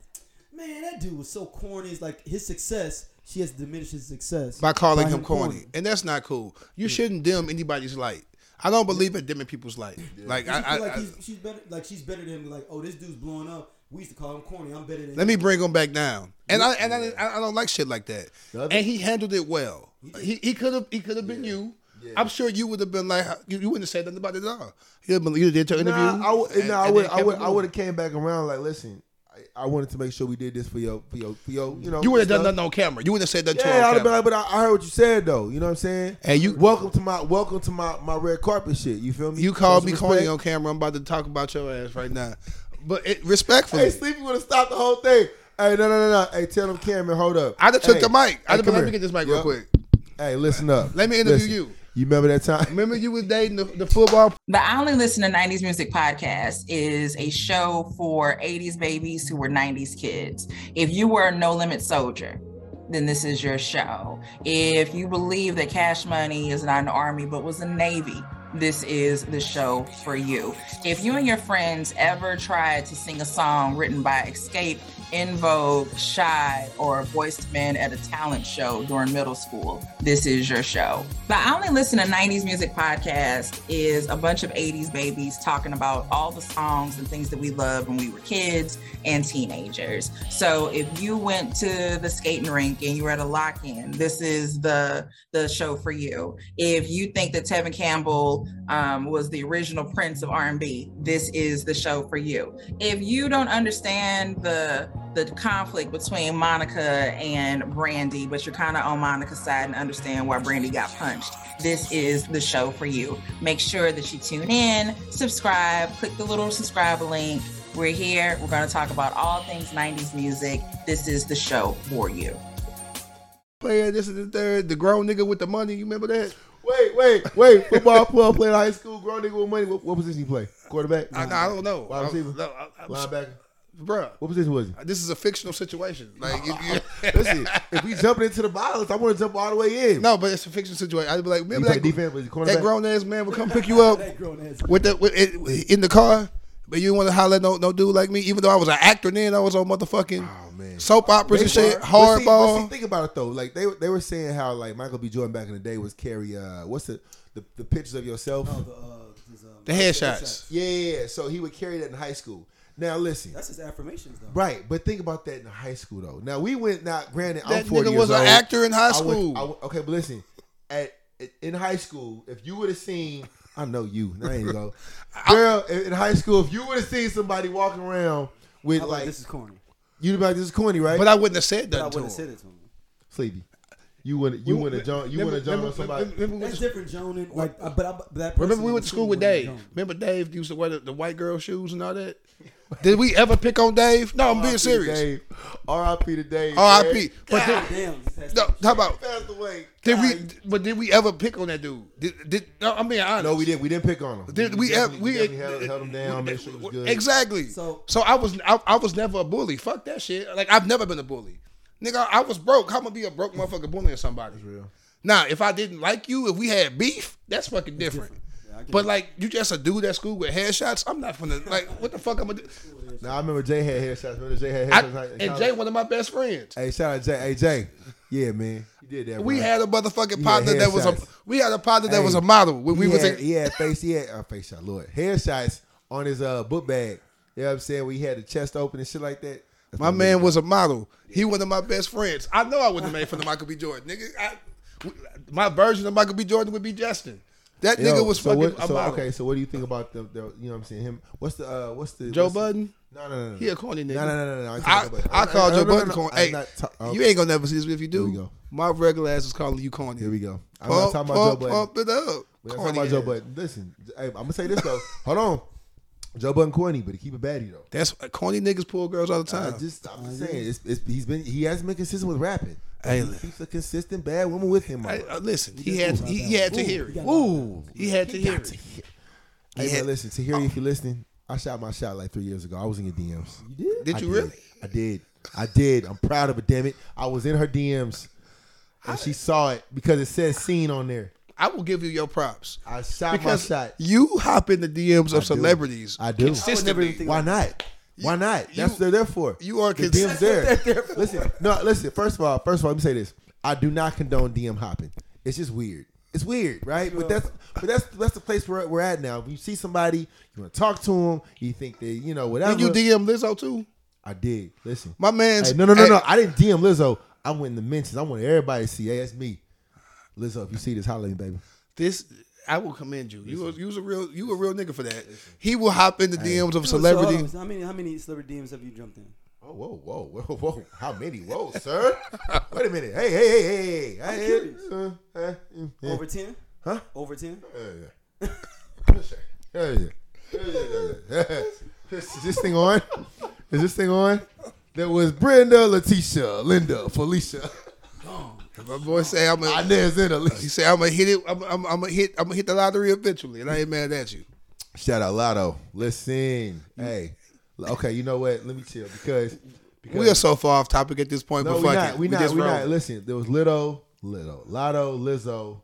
S7: man, that dude was so corny. It's like his success. She has diminished his success
S5: By calling him corny. And that's not cool. You shouldn't dim anybody's light. I don't believe in dimming people's light. Like
S7: I,
S5: I, I,
S7: feel like
S5: I-
S7: he's, she's better. Like she's better than like, oh, this dude's blowing up. We used to call him corny. I'm better than.
S5: let me bring him back down. And I and I, I don't like shit like that.
S4: other-
S5: And he handled it well. He he could have he could have been you. I'm sure you would have been like you, you wouldn't have said nothing about it at all. You would've been- you did your interview.
S4: Nah, I, would-
S5: and-
S4: nah, I
S5: and
S4: would,
S5: then
S4: I
S5: kept
S4: would, I
S5: it moving.
S4: would have came back around. Like, listen, I, I wanted to make sure we did this for your, for your, for your, you know.
S5: You would have done
S4: stuff.
S5: nothing on camera. You would have said nothing to her
S4: Yeah,
S5: on
S4: I'd have been
S5: camera.
S4: like, but I, I heard what you said though. You know what I'm saying?
S5: And you-
S4: welcome to my, welcome to my, my red carpet shit. You feel me?
S5: you called me
S4: Show some
S5: corny
S4: respect.
S5: on camera. I'm about to talk about your ass right now. But it, respectfully,
S4: Hey, Sleepy would have stopped the whole thing. Hey, no, no, no, no. Hey, tell them, Cameron, hold up.
S5: I'd have took
S4: Hey,
S5: the mic. I'd
S4: hey,
S5: have been
S4: come
S5: let
S4: here.
S5: me get this mic real
S4: Yup.
S5: quick.
S4: Hey, listen up.
S5: Let me interview
S4: Listen.
S5: you.
S4: You remember that time?
S5: Remember you was dating the, the football
S8: The I Only Listen to 90s Music podcast is a show for 80s babies who were 90s kids. If you were a no limit soldier, then this is your show. If you believe that Cash Money is not an army but was a navy, this is the show for you. If you and your friends ever tried to sing a song written by Escape in Vogue, Shy, or Voiced Men at a talent show during middle school, this is your show. But I only listen to 90s music podcast is a bunch of 80s babies talking about all the songs and things that we loved when we were kids and teenagers. So if you went to the skating rink and you were at a lock-in, this is the the show for you. If you think that Tevin Campbell um, was the original prince of R&B, this is the show for you. If you don't understand the the conflict between Monica and Brandy, but you're kind of on Monica's side and understand why Brandy got punched. This is the show for you. Make sure that you tune in, subscribe, click the little subscribe link. We're here. We're going to talk about all things 90s music. This is the show for you.
S5: Player, this is the third, the grown nigga with the money. You remember that?
S4: Wait, wait, wait. Football player, played high school, grown nigga with money. What, what position he play? Quarterback?
S5: I, I don't know.
S4: Wide
S5: I-
S4: receiver?
S5: no, I- I-
S4: Linebacker?
S5: Bruh,
S4: What position was he?
S5: this is a fictional situation. Like, if you,
S4: Listen, if we jumping into the violence, I want to jump all the way in.
S5: no, but it's a fictional situation. I'd be like,
S4: you
S5: remember
S4: play
S5: that,
S4: defense, was he
S5: that
S4: cornerback?
S5: grown ass man would come pick you up
S7: That grown ass.
S5: with the with it, in the car, but you want to holler at no no dude like me. Even though I was an actor then, I was on motherfucking soap operas and shit,
S4: Oh, were- but see- but see,
S5: hardball.
S4: Think about it though. Like they were- they were saying how like Michael B. Jordan back in the day was carry uh what's the the, the pictures of yourself.
S7: Oh, the, uh, his, um,
S5: The headshots.
S4: Yeah, yeah, yeah. So he would carry that in high school. Now listen.
S7: That's his affirmations, though.
S4: Right, but think about that in high school though. Now we went. Now, granted, I'm
S5: That
S4: 40
S5: nigga
S4: years
S5: was an
S4: old.
S5: actor in
S4: I
S5: high
S4: went-
S5: school.
S4: I went- okay, but listen, at in high school, if you would have seen, I know you. I ain't go, girl. In in high school, if you would have seen somebody walking around with
S7: How about
S4: like,
S7: this is corny.
S4: you'd be like, this is corny, right?
S5: But I wouldn't have said
S7: But I
S5: that to
S7: wouldn't have said
S5: him.
S7: it to him.
S4: Sleepy. You wouldn't. You wouldn't have jumped. You wouldn't have jumped on somebody.
S7: That's different, Jonan. Like, uh, but, I, but that
S5: Remember
S7: person
S5: we
S7: in
S5: went to school with
S7: wasn't
S5: Dave.
S7: Jonan.
S5: Remember Dave used to wear the, the white girl shoes and all that. Did we ever pick on Dave? No, I'm being
S4: R.I.P. to
S5: serious.
S4: Oh, Dave. R.I.P. to Dave.
S5: R.I.P. But
S7: God
S5: did,
S7: damn. this has-
S5: no, how about
S4: Passed away.
S5: did we? But did we ever pick on that dude? Did, did no? I'm being honest.
S4: No, we didn't. We didn't pick on him.
S5: Did we ever?
S4: definitely-
S5: We
S4: definitely held, held him down. Made sure he was good.
S5: Exactly. So,
S7: So-
S5: I was I, I was never a bully. Fuck that shit. Like I've never been a bully. Nigga, I was broke. How am gonna be a broke motherfucker bullying somebody? Now, if I didn't like you, if we had beef, that's fucking different. but like, you just a dude at school with headshots. I'm not gonna like. What the fuck I'm gonna do?
S4: Now I remember Jay had headshots. Remember Jay had
S5: I,
S4: headshots. Like,
S5: and
S4: shout
S5: Jay,
S4: out-
S5: one of my best friends.
S4: Hey, shout out Jay. Hey Jay. Yeah, man. You did that.
S5: We
S4: bro.
S5: had a motherfucking partner
S4: had
S5: that was a.
S4: headshots.
S5: We had a partner that
S4: Hey,
S5: was a model when we
S4: he
S5: was.
S4: had,
S5: in,
S4: he had face he had uh, face shot, Lord. Headshots on his uh book bag. You know what I'm saying? We had the chest open and shit like that. That's
S5: My man was a model. He one of my best friends. I know I wouldn't have made fun of Michael B. Jordan, nigga. I, w- my version of Michael B. Jordan would be Justin. That
S4: Yo,
S5: nigga was
S4: so
S5: fucking
S4: what-
S5: a
S4: so,
S5: model.
S4: okay, so what do you think about the, the you know what I'm saying? Him what's the uh what's the
S5: Joe
S4: what's the-
S5: Budden?
S4: No, no, no, no.
S5: He a corny nigga.
S4: No, no, no, no, no. ain't talking
S5: I,
S4: about Budden.
S5: I called
S4: no,
S5: Joe
S4: no, no,
S5: Budden
S4: no,
S5: corny.
S4: I'm
S5: Hey,
S4: not ta- oh,
S5: you ain't gonna never see this if you
S4: we
S5: do.
S4: go.
S5: My regular ass is calling you corny.
S4: Here we go. I'm
S5: Pump,
S4: not talking about Joe
S5: pump,
S4: Budden.
S5: pump it up.
S4: We're not
S5: Corny
S4: talking about Joe
S5: ass.
S4: Budden. Listen, hey, I'm gonna say this though. Hold on, Joe Budden corny, but he keep it baddie though.
S5: That's uh, corny niggas pull girls all the
S4: I
S5: time.
S4: just I'm just saying it's, it's, he's been he hasn't been consistent with rapping.
S5: uh, Hey,
S4: he keeps a consistent bad woman with him.
S5: Hey,
S4: Hey,
S5: uh, listen, he had he, he had to hear it.
S4: Ooh,
S5: He had to hear it.
S4: hey,
S5: had-
S4: man, listen to hear
S5: Oh.
S4: you if you're listening. I shot my shot like three years ago. I was in your DMs.
S5: Did
S4: I
S5: you really?
S4: I did. I did. I'm proud of her. Damn it, I was in her DMs, and she saw it because it says "seen" on there.
S5: I will give you your props.
S4: I shot
S5: Because
S4: my shot.
S5: you hop in the DMs of
S4: do.
S5: celebrities.
S4: I do.
S5: consistently.
S4: Why not? Why not? That's what they're there for.
S5: you are
S4: the
S5: consistent.
S4: DM's there. listen, no, listen. First of all, first of all, let me say this. I do not condone DM hopping. It's just weird. It's weird, right? But that's but that's that's the place we're, we're at now. If you see somebody, you want to talk to them. You think they, you know, whatever.
S5: Did you DM Lizzo too?
S4: I did. Listen,
S5: My man's
S4: Hey, no, no, no,
S5: hey,
S4: no. I didn't DM Lizzo. I went in the mentions. I want everybody to see. Hey, that's me. Lizzo, if you see this, holla at me, baby.
S5: This I will commend you. You was, you was a real you a real nigga for that. He will hop in the DMs of
S7: So,
S5: celebrity.
S7: uh, how many how many celebrity DMs have you jumped in?
S4: Oh, whoa, whoa, whoa, whoa. How many? Whoa, sir. Wait a minute. Hey, hey, hey, hey, hey. Hey,
S7: curious.
S4: uh, uh, mm,
S5: Eh.
S4: yeah.
S7: Over ten?
S4: Huh?
S7: Over ten?
S4: is this thing on? Is this thing on? There was Brenda, Letitia, Linda, Felicia,
S5: My boy say I'm a,
S4: Inez, and
S5: he
S4: Elise.
S5: say I'm gonna hit it. I'm, I'm, I'm gonna hit. I'm gonna hit the lottery eventually, and I ain't mad at you.
S4: Shout out Lotto. Listen, hey, okay, you know what? Let me chill because because
S5: We are so far off topic at this point,
S4: no,
S5: but
S4: we
S5: fuck
S4: not,
S5: it.
S4: we, not,
S5: just
S4: we
S5: roll.
S4: not. Listen, there was Litto, Litto, Lotto, Lizzo.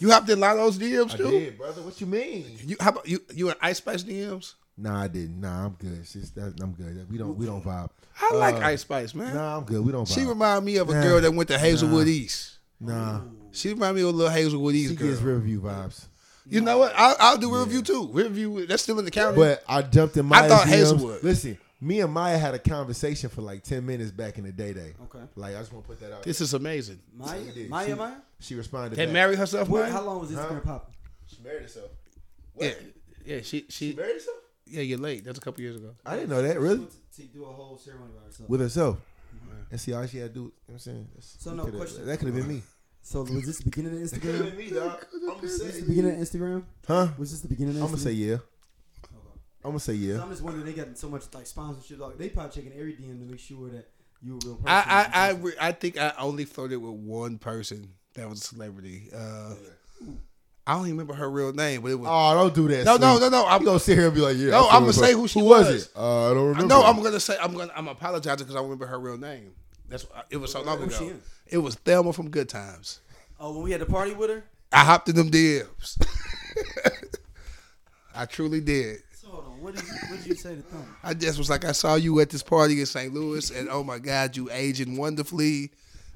S5: You hopped in Lotto's DMs
S4: I
S5: too.
S4: did, brother. What you mean?
S5: You how about you? You in Ice Spice DMs?
S4: Nah, I didn't. Nah, I'm good. It's just that, I'm good. We don't we don't vibe.
S5: I like
S4: Uh,
S5: Ice Spice, man.
S4: Nah, I'm good. We don't vibe.
S5: She remind me of a
S4: Nah.
S5: girl that went to Hazelwood East.
S4: nah,
S5: She remind me of a little Hazelwood East
S4: she
S5: girl.
S4: gets Riverview vibes.
S5: You know what? I'll, I'll do Riverview too. Riverview, that's still in the county.
S4: But I jumped in Maya's
S5: thought
S4: DMs.
S5: Hazelwood.
S4: Listen, me and Maya had a conversation for like ten minutes back in the day. Day.
S7: Okay.
S4: Like I just want to put that out.
S5: this is amazing.
S7: Maya,
S4: there.
S7: Maya,
S4: she,
S7: Maya.
S4: She responded.
S5: They
S4: back.
S5: marry herself,
S7: Where,
S5: man.
S7: how long was Instagram
S4: Huh?
S7: popping?
S4: She married herself.
S5: Yeah, yeah. She, she,
S4: Married herself?
S5: yeah. You're late. That's a couple years ago.
S4: I didn't know that really.
S7: To do a whole ceremony by herself.
S4: With herself. And see all she had to do. You know what I'm saying. That's-
S7: So,
S4: we
S7: no,
S4: coulda-
S7: question.
S4: That could have been me.
S7: So was this the beginning of Instagram?
S4: me, dog. I'm
S7: was this the beginning of Instagram?
S4: Huh?
S7: Was this the beginning of Instagram?
S4: I'm gonna say yeah. I'm gonna say
S7: So
S4: yeah.
S7: I'm just wondering, they got so much like sponsorship. Like they probably checking every DM to make sure that you a real person.
S5: I, I, I, re- I think I only flirted with one person that was a celebrity. Uh, I don't even remember her real name, but it was.
S4: Oh, don't do that.
S5: no, no,
S4: sweet.
S5: no, no. I'm
S4: You gonna sit here and be like, yeah.
S5: No,
S4: I
S5: I'ma
S4: feel
S5: say
S4: it.
S5: who she
S4: was.
S5: was.
S4: it? Uh, I don't remember.
S5: No, I'm gonna say I'm gonna I'm apologizing because I remember her real name. That's it was so long
S7: Who she
S5: ago.
S7: is?
S5: It was Thelma from Good Times.
S7: Oh, when we had the party with her.
S5: I hopped in them DMs. I truly did.
S7: So hold on, what did you, what did you say to them?
S5: I just was like, I saw you at this party in St. Louis, and oh my God, you aging wonderfully.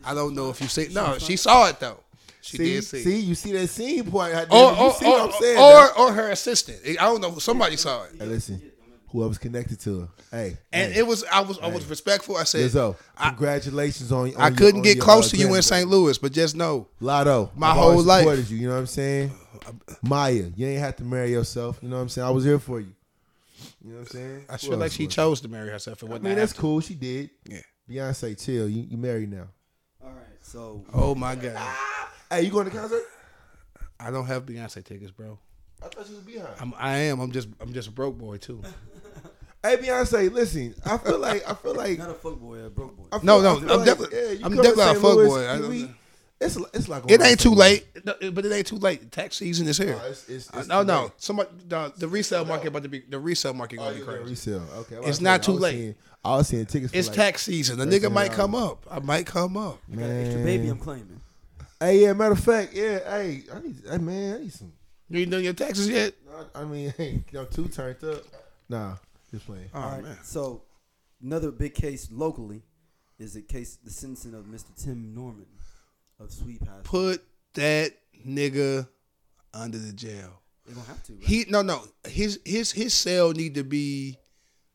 S5: I don't know if you see. No, she saw it though. She
S4: see,
S5: did see.
S4: see, you see that scene point. Or,
S5: Or,
S4: you
S5: or,
S4: see
S5: or,
S4: what I'm saying? dog?
S5: or, or her assistant. I don't know. Somebody saw it,
S4: oh, Hey, listen, whoever's connected to her, hey,
S5: and
S4: hey,
S5: it was. I was. I was respectful. I said,
S4: Lizzo,
S5: I-
S4: congratulations on. on
S5: I
S4: your-
S5: couldn't
S4: on
S5: get
S4: your,
S5: close
S4: uh,
S5: to you in
S4: grand-
S5: St. Louis, but just know
S4: Lotto,
S5: my
S4: I've
S5: whole
S4: always
S5: life.
S4: supported you. You know what I'm saying? Maya, you ain't have to marry yourself. You know what I'm saying? I was here for you. You know what I'm saying?
S5: I
S4: Who
S5: feel like
S4: else
S5: she
S4: was-
S5: chose to marry herself. It
S4: I
S5: wasn't.
S4: mean,
S5: I
S4: that's
S5: have to.
S4: cool. She did.
S5: Yeah.
S4: Beyonce, chill. You you married now.
S7: All right, so
S5: Oh my God,
S4: Hey, you going to concert?
S5: I don't have Beyonce tickets, bro.
S4: I thought you was behind.
S5: I'm. I am. I'm just. I'm just a broke boy too.
S4: Hey Beyonce, listen. I feel like I feel like
S7: not a fuck boy, a broke boy.
S4: I feel-
S5: No,
S4: I
S5: no,
S4: feel
S5: I'm definitely-
S4: you
S5: I'm
S4: come to
S5: definitely a
S4: St.
S5: fuck
S4: Louis,
S5: boy. I
S4: you
S5: don't
S4: re-
S5: know.
S4: It's it's like
S5: It ain't too late, No, but it ain't too late. Tax season is here.
S4: No, it's- it's- it's
S5: no,
S4: too
S5: no.
S4: late.
S5: Somebody, the, the resale market about to be the resale market
S4: Oh,
S5: gonna
S4: you
S5: be
S4: got
S5: crazy.
S4: resale. Okay, well,
S5: It's
S4: I said-
S5: not too
S4: I was
S5: late.
S4: seeing- I was seeing tickets. For
S5: It's
S4: like,
S5: tax season. A nigga might come up. I might come up.
S7: I got an extra baby I'm claiming.
S4: Hey, yeah. Matter of fact, yeah. Hey, I need. Hey, man, I need some.
S5: You ain't done your taxes yet?
S4: I, I mean, hey, y'all too turned up. Nah, just playing.
S5: Oh
S7: All right,
S5: man.
S7: so another big case locally is the case the sentencing of Mr. Tim Norman of Sweet Pie.
S5: Put that nigga under the jail.
S7: they gonna have to. Right?
S5: He no no. His his his cell need to be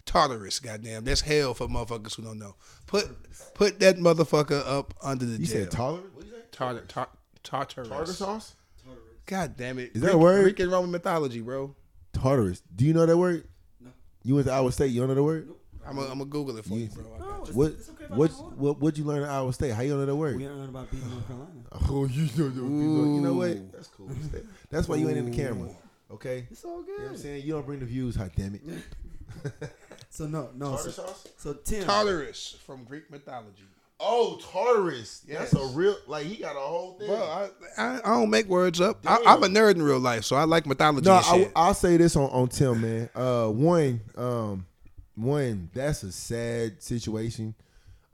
S5: Tartarus. Goddamn, that's hell for motherfuckers who don't know. Put put that motherfucker up under the
S4: You
S5: jail.
S4: said taller? What you say?
S5: Tartar tar- Tartarus.
S4: Tartar sauce?
S5: God damn it.
S4: Is that a
S5: Greek-
S4: word?
S5: Greek and Roman mythology, bro.
S4: Tartarus. Do you know that word?
S7: No.
S4: You went to Iowa State. You don't know that word?
S5: I'm gonna Google it for you, bro. I got you.
S4: What?
S7: It's okay if I
S4: What?
S7: don't know it.
S4: What? What'd you learn at Iowa State? How you don't know that word?
S7: We aren't learning about beating North Carolina.
S4: Oh, you know, you know, you know what? That's cool. That's why you ain't in the camera. Okay.
S7: It's
S5: Oh,
S7: all
S4: You know what I'm
S7: good.
S4: saying? You don't bring the views, hot damn it.
S7: So no, no.
S4: Tartar
S7: So,
S4: sauce?
S7: so Tim,
S5: Tartarus from Greek mythology.
S4: Oh, Tartarus.
S5: Yes.
S4: That's a real like he got a whole thing.
S5: Bro, I, I I don't make words up. I, I'm a nerd in real life, so I like mythology.
S4: no,
S5: and
S4: I,
S5: shit.
S4: I'll say this on, on Tim, man. Uh, one, um, one, that's a sad situation.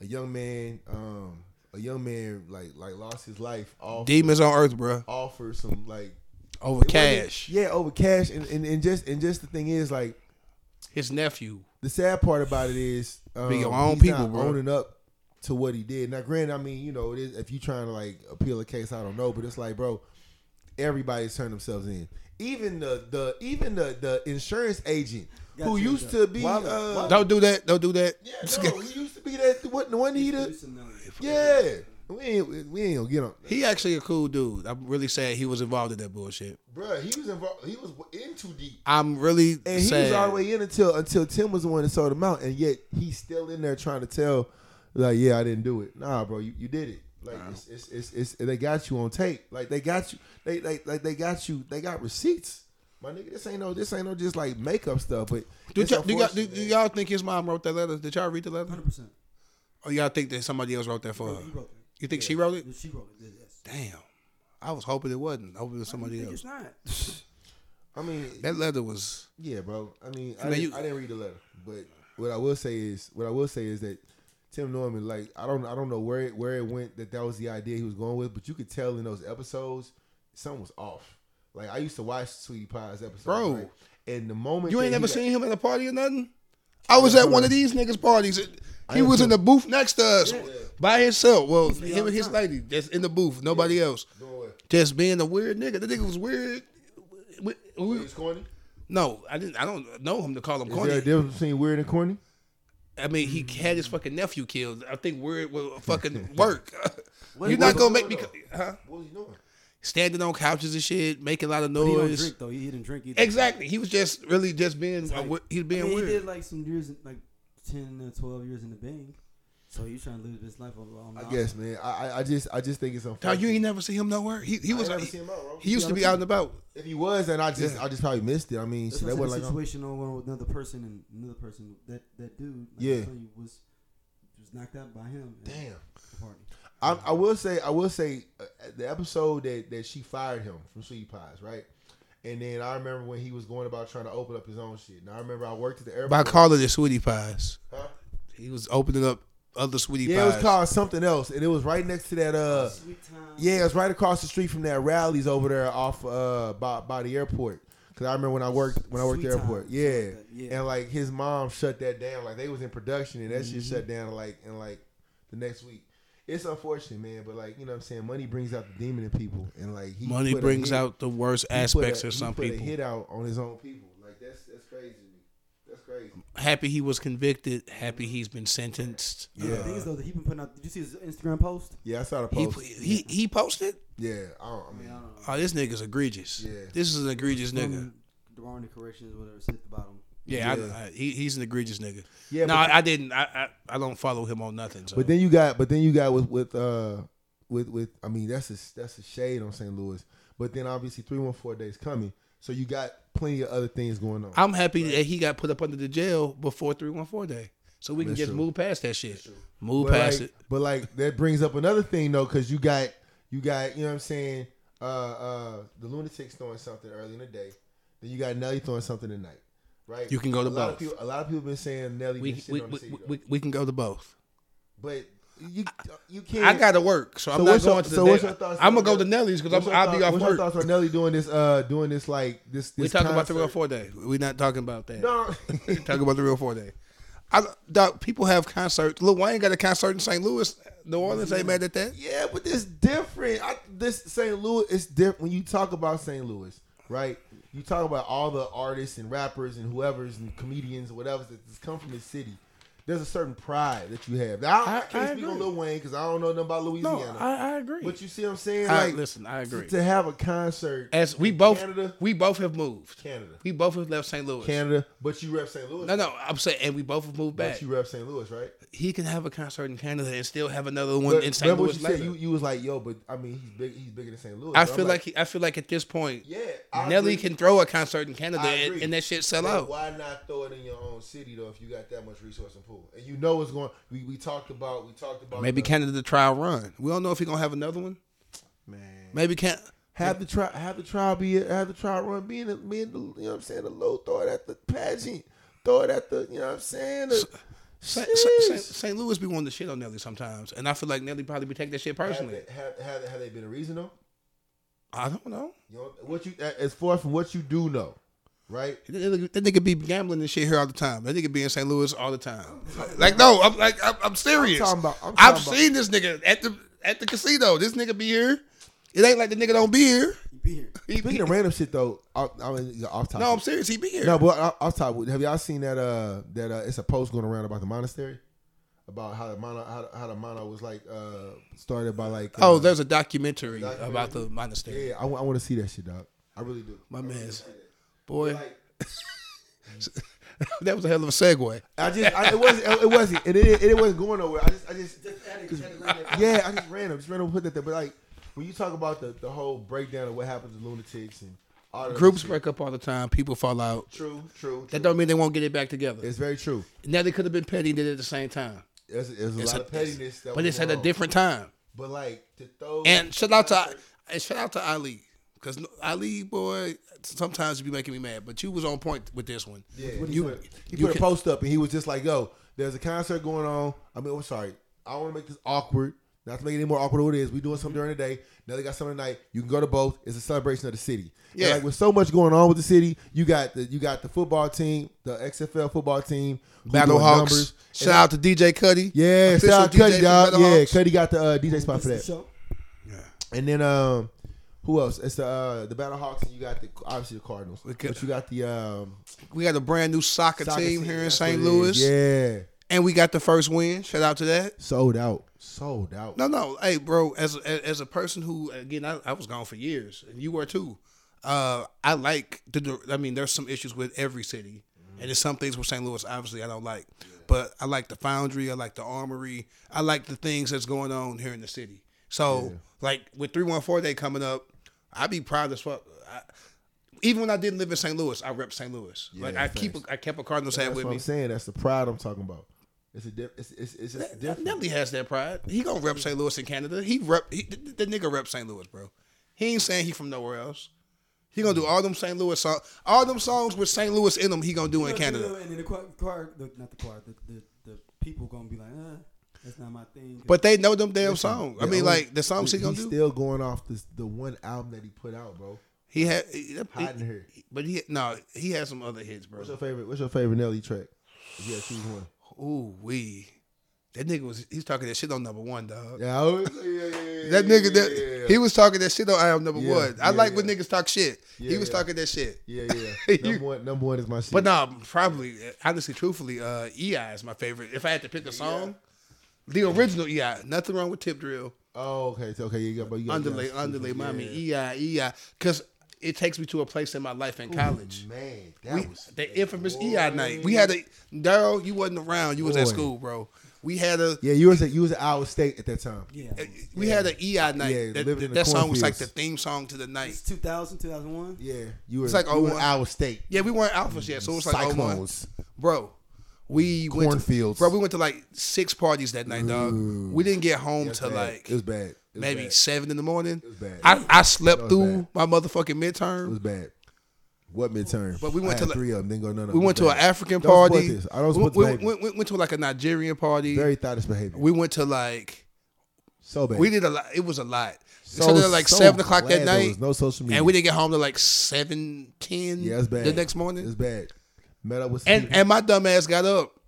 S4: A young man, um, a young man like like lost his life off
S5: Demons on Earth, bro.
S4: all for some like
S5: Over
S4: it wasn't-
S5: cash.
S4: Yeah, over cash, and, and and just and just the thing is like
S5: His nephew.
S4: the sad part about it is um,
S5: your own
S4: he's
S5: people,
S4: not
S5: bro.
S4: owning up to what he did. Now, granted, I mean, you know, it is, if you trying to like appeal a case, I don't know, but it's like, bro, everybody's turned themselves in. Even the the even the the insurance agent
S7: Got
S4: who
S7: you,
S4: used
S7: got-
S4: to be
S7: Why-
S4: uh,
S5: Don't do that. Don't do that.
S4: yeah, no, he used to be that what the one he the
S7: Houston, no.
S4: yeah. We ain't we ain't gonna get him,
S5: He actually a cool dude. I'm really sad he was involved in that bullshit.
S4: bro. He was involved. He was in too deep.
S5: I'm really
S4: And he
S5: sad.
S4: was all the way in until until Tim was the one that sold him out, and yet he's still in there trying to tell, like, yeah, I didn't do it. Nah, bro, you, you did it. Like it's, it's it's it's they got you on tape. Like they got you. They like like they got you. They got receipts. My nigga, this ain't no this ain't no just like makeup stuff. But
S5: Did
S4: it's
S5: y'all, do, y'all, do,
S4: unfortunate,
S5: do
S4: man.
S5: y'all think his mom wrote that letter? Did y'all read the letter?
S7: 100%.
S5: Or y'all think that somebody else wrote that for her?
S7: He wrote it.
S5: You think she wrote it?
S7: She wrote it. Yes.
S5: Damn. I was hoping it wasn't. I hoping it was somebody
S7: Think
S5: else.
S7: It's not.
S4: I mean,
S5: That letter was.
S4: yeah, bro. I mean, I,
S5: Man,
S4: didn't,
S5: you-
S4: I didn't read the letter, but what I will say is what I will say is that Tim Norman, like, I don't I don't know where it where it went that that was the idea he was going with, but you could tell in those episodes something was off. Like I used to watch Sweetie Pie's episodes,
S5: Bro.
S4: right? And the moment
S5: You ain't
S4: that he
S5: never
S4: got-
S5: seen him at a party or nothing? I was at one of these niggas' parties. He was in the booth next to us by himself. Well, him and his lady just in the booth, nobody else. Just being a weird nigga. The nigga was weird. We- we-
S4: He's corny.
S5: no, I didn't. I don't know him to call him
S4: Is there a
S5: corny.
S4: difference between weird and corny?
S5: I mean, he had his fucking nephew killed. I think weird will fucking work. You're not gonna make me, huh?
S4: What was he doing?
S5: Standing on couches and shit, making a lot of
S7: He don't
S5: noise.
S7: drink though. He, he didn't drink either.
S5: Exactly. He was just really just being. a wi- He's
S7: I
S5: being
S7: mean,
S5: weird.
S7: he did like some years, in- like ten or twelve years in the bang. So he's trying to live his life on, on
S4: I guess, man. I, I- I just I just think it's
S5: Dog,
S4: unfortunate.
S5: you ain't never see him nowhere. He he was
S4: never
S5: he,
S4: seen him out, bro.
S5: he used to be out and about.
S4: if he was, then I just I just probably missed it. I mean,
S7: That's
S4: shit, that
S7: like
S4: wasn't
S7: a
S4: like uh, I'm-
S7: situation on one with another person and another person. That that dude, like
S4: Yeah.
S7: I told you, was was knocked out by him. at
S4: Damn.
S7: the party.
S4: I, I will say, I will say, uh, the episode that that she fired him from Sweet Pies, right? And then I remember when he was going about trying to open up his own shit. And I remember I worked at the airport.
S5: By calling it sweetie pies,
S4: Huh?
S5: he was opening up other sweetie
S4: yeah,
S5: pies.
S4: it was called something else, and it was right next to that. Uh,
S7: Sweet time.
S4: yeah, it was right across the street from that rallies over there off uh by, by the airport. Cause I remember when I worked when I worked
S7: Sweet
S4: the airport,
S7: Times,
S4: yeah.
S7: something like that, yeah.
S4: and like his mom shut that down. Like they was in production, and that shit
S7: Mm-hmm.
S4: shut down like in like the next week. It's unfortunate, man, but like you know, what I'm saying money brings out the demon in people, and like he
S5: Money
S4: put a
S5: brings
S4: hit-
S5: out the worst
S4: he put
S5: aspects
S4: a-
S5: of
S4: he
S5: some
S4: put A
S5: people.
S4: hit out on his own people, like that's that's crazy. to me. That's crazy.
S5: Happy he was convicted. Happy he's been sentenced. Uh,
S7: Yeah. The thing is though that he been putting out. Did you see his Instagram post?
S4: Yeah, I saw the
S5: He
S4: post.
S5: he he posted.
S4: yeah, I, don't, I mean,
S5: Oh, this nigga's egregious.
S4: Yeah. Um,
S5: This is an egregious nigga.
S7: The wrong Um, the corrections, whatever, it's at the bottom.
S5: Yeah, I-
S4: Yeah.
S5: I, he, he's an egregious nigga.
S4: yeah.
S5: no,
S4: but-
S5: I, I didn't. I, I I don't follow him on nothing. So.
S4: But then you got, but then you got with with uh with with I mean that's a that's a shade on St. Louis. But then obviously three one four days coming, so you got plenty of other things going on.
S5: I'm happy that he got put up under the jail before three one four day, so we can
S4: That's
S5: just
S4: true.
S5: move past that shit. Move
S4: but
S5: past
S4: like,
S5: it.
S4: but like that brings up another thing though, because you got you got you know what I'm saying. Uh, uh, the lunatics throwing something early in the day, then you got Nelly throwing something tonight, right?
S5: You can go
S4: a
S5: to
S4: lot of
S5: both.
S4: people. A lot of people been saying Nelly
S5: We
S4: been shitting
S5: we,
S4: on
S5: we,
S4: the city, though.
S5: we, we can go to both.
S4: but you you can't.
S5: I gotta work, so,
S4: So
S5: I'm not
S4: what's your-
S5: going to the.
S4: so
S5: Nelly.
S4: what's your thoughts
S5: I'm gonna
S4: on
S5: go to
S4: that?
S5: Nelly's because
S4: What's your
S5: I'll be
S4: thought-
S5: off
S4: what's your
S5: work.
S4: thoughts on Nelly doing this? Uh, doing this like this.
S5: We
S4: this
S5: talking about
S4: concert?
S5: the real four day. We're not talking about that.
S4: No.
S5: talking about the real four day. I, dog, people have concerts. Lil Wayne got a concert in St. Louis. New Orleans ain't mad at that.
S4: Yeah, but this different. I, this St. Louis is different. When you talk about St. Louis, right? You talk about all the artists and rappers and whoever's and comedians or whatever's that just come from the city. There's a certain pride that you have. Now, I, I
S5: I-
S4: can't
S5: I
S4: speak on
S5: agree.
S4: Lil Wayne because I don't know nothing about
S5: No,
S4: Louisiana.
S5: I, I agree.
S4: but you see what I'm saying?
S5: I-
S4: like,
S5: listen, I agree.
S4: To have a concert
S5: As we both,
S4: Canada?
S5: we both have moved.
S4: Canada.
S5: We both have left St. Louis.
S4: Canada, but you rep St. Louis.
S5: No, no, I'm saying, and we both have moved
S4: But
S5: back.
S4: you rep St. Louis, right?
S5: He can have a concert in Canada and still have another one
S4: But
S5: in St.
S4: remember what
S5: Louis
S4: you said?
S5: later.
S4: You, you was like, yo, but I mean, he's big. He's bigger than St. Louis.
S5: I
S4: So I'm
S5: feel like, he, I feel like at this point,
S4: yeah, I
S5: Nelly
S4: agree.
S5: can throw a concert in Canada
S4: I
S5: and,
S4: agree.
S5: and that shit sell
S4: But
S5: out.
S4: Why not throw it in your own city though? If you got that much resource and pool, and you know what's going, we, we talked about, we talked about
S5: Maybe
S4: the-
S5: Canada trial run. We don't know if he's gonna have another one.
S4: man
S5: Maybe can
S4: have the try have the trial be have the trial run being the, being the you know what I'm saying the low throw it at the pageant, throw it at the you know what I'm saying. The,
S5: St.
S4: Shit.
S5: Louis be wanting to shit on Nelly sometimes, and I feel like Nelly probably be taking that shit
S4: have,
S5: personally.
S4: they, have, have, have they been a reason though?
S5: I don't know.
S4: You know what you as far from what you do know, right?
S5: That nigga, that nigga be gambling and shit here all the time. That nigga be in St. Louis all the time. Like no, I'm like I'm, I'm serious.
S4: I'm talking about- I'm
S5: have
S4: talking about-
S5: seen this nigga at the at the casino. This nigga be here. It ain't like the nigga don't be here.
S7: He be here.
S5: He be,
S4: Speaking of random shit though, I, I mean off topic.
S5: no, I'm serious. He be here.
S4: No, but I- I'll talk. Have y'all seen that? Uh, that uh, it's a post going around about the monastery, about how the mono, how, how the mono was like uh started by like.
S5: oh,
S4: uh,
S5: there's a documentary, about the monastery.
S4: yeah. I, want to see that shit, dog. I really do.
S5: My man's boy.
S4: Like-
S5: that was a hell of a segue.
S4: I just I, it wasn't it wasn't and it, it, it wasn't going nowhere. I just I just yeah I just random just random put that there. But like when you talk about the the whole breakdown of what happens to lunatics and all that
S5: Groups
S4: shit.
S5: break up all the time. People fall out.
S4: True, true.
S5: That
S4: true.
S5: don't mean they won't get it back together.
S4: It's very true.
S5: Now they could have been petty and did it at the same time,
S4: There's, there's a
S5: It's
S4: lot
S5: a-
S4: of pettiness. That
S5: but
S4: was
S5: it's at
S4: going
S5: a
S4: on.
S5: different time.
S4: But like to throw
S5: And shout out to and shout out to Ali because Ali boy, sometimes you be making me mad, but you was on point with this one.
S4: Yeah,
S5: you-
S4: he put, he
S5: you
S4: put a
S5: can-
S4: post up and he was just like, "Yo, there's a concert going on. I mean, I'm sorry, I want to make this awkward. Not to make it any more awkward than it is. We doing something during the day. Now they got something tonight. You can go to both. It's a celebration of the city. And,
S5: Yeah.
S4: like with so much going on with the city, you got the you got the football team, the XFL football team, who doing
S5: Battlehawks.
S4: numbers.
S5: Shout out to DJ Cuddy.
S4: Yeah,
S5: Official
S4: shout out
S5: DJ
S4: Cuddy,
S5: for
S4: dog. Yeah,
S5: Battlehawks.
S4: Cuddy got the uh, DJ spot for
S7: That's the
S4: that.
S7: show.
S4: And then um, who else? It's the uh, the Battlehawks. And you got the obviously the Cardinals,
S5: could-
S4: but you got the um,
S5: We got a brand new soccer,
S4: soccer
S5: team here in
S4: That's what
S5: St.
S4: it
S5: Louis.
S4: is. Yeah,
S5: And we got the first win. Shout out to that.
S4: sold out, sold out.
S5: No, no. Hey, bro, as a, as a person who again, I, I was gone for years, and you were too. Uh, I like the. dir- I mean, there's some issues with every city,
S4: Mm-hmm.
S5: and there's some things with St. Louis. Obviously, I don't like, but I like the Foundry. I like the Armory. I like the things that's going on here in the city. So, like with three one four day coming up, I'd be proud as fuck. I, even when I didn't live in St. Louis, I rep St. Louis. like I keep, a, I kept a Cardinals hat
S4: That's
S5: with
S4: what
S5: me.
S4: I'm saying. That's the pride I'm talking about. It's a diff- it's, it's, it's just different.
S5: Nelly has that pride. He gonna rep St. Louis in Canada. He rep he, the, the nigga rep St. Louis, bro. He ain't saying he from nowhere else. He gonna do all them St. Louis songs, all them songs with St. Louis in them. He gonna do in
S7: You know,
S5: Canada.
S7: and then the choir, choir the, not the choir, the, the, the people gonna be like, uh, that's not my thing.
S5: But they know them damn songs. I
S4: The
S5: mean,
S4: only-
S5: like the songs he gonna
S4: he's
S5: do.
S4: still going off this the one album that he put out, bro.
S5: He had, he-
S4: Hiding here.
S5: but he no, he had some other hits, bro.
S4: What's your favorite? What's your favorite Nelly track? If you had to choose one.
S5: Ooh wee, that nigga was he's talking that shit on number one, dog.
S4: Yeah, I always, yeah, yeah, yeah, yeah,
S5: That nigga,
S4: yeah,
S5: that
S4: yeah, yeah.
S5: he was talking that shit on I am number
S4: Yeah,
S5: one.
S4: yeah,
S5: I like when
S4: yeah.
S5: niggas talk shit. he
S4: Yeah,
S5: was
S4: yeah.
S5: talking that shit.
S4: Yeah, yeah.
S5: You-
S4: Number one, number one is my shit.
S5: But no, probably honestly, truthfully, uh, EI is my favorite. If I had to
S4: E
S5: pick a song, the original EI. Nothing wrong with Tip Drill,
S4: Oh, okay, so, okay, you got, but you got
S5: Underlay,
S4: yeah,
S5: Underlay,
S4: yeah.
S5: Mommy, E EI, EI, because it takes me to a place in my life in college.
S4: Man, that
S5: we,
S4: was
S5: the infamous EI night. We had a Daryl. You wasn't around. You was at
S4: Boy.
S5: school, bro. We had a
S4: yeah. You was at you was at Iowa State at that time.
S7: yeah,
S5: we had an EI night.
S4: Yeah,
S5: that
S4: living in the
S5: that song was like the
S4: cornfields.
S5: theme song to the night.
S7: it's 2000, 2001.
S4: Yeah, you were.
S5: It's like
S4: you were at
S5: 01.
S4: Iowa State.
S5: Yeah, we weren't alphas yet, so it was like oh one.
S4: Cyclones.
S5: bro. We went to-
S4: Cornfields.
S5: bro. We went to like six parties that night, dog. We didn't get home till
S4: Bad.
S5: like
S4: it was bad. It was
S5: maybe
S4: bad.
S5: seven in the morning.
S4: was bad.
S5: I, I slept
S4: That was
S5: through my motherfucking
S4: It was
S5: midterm.
S4: bad. What midterm?
S5: But we went
S4: I
S5: to
S4: had
S5: like-
S4: three of them. Didn't go none of
S5: We
S4: them.
S5: went
S4: It
S5: to
S4: was
S5: an
S4: bad.
S5: African
S4: Don't support
S5: party.
S4: this. I don't
S5: we,
S4: support
S5: we,
S4: this behavior.
S5: we- we went to like a Nigerian party.
S4: Very thoughtless behavior.
S5: we went to like
S4: so bad.
S5: we did a lot. It was a lot. So,
S4: So-
S5: then like
S4: so
S5: seven o'clock that
S4: glad there
S5: night,
S4: was no social media.
S5: and we didn't get home till like seven ten.
S4: Yeah, it's bad.
S5: The next morning,
S4: It's bad. Met up with some
S5: And
S4: people.
S5: and my dumb ass got up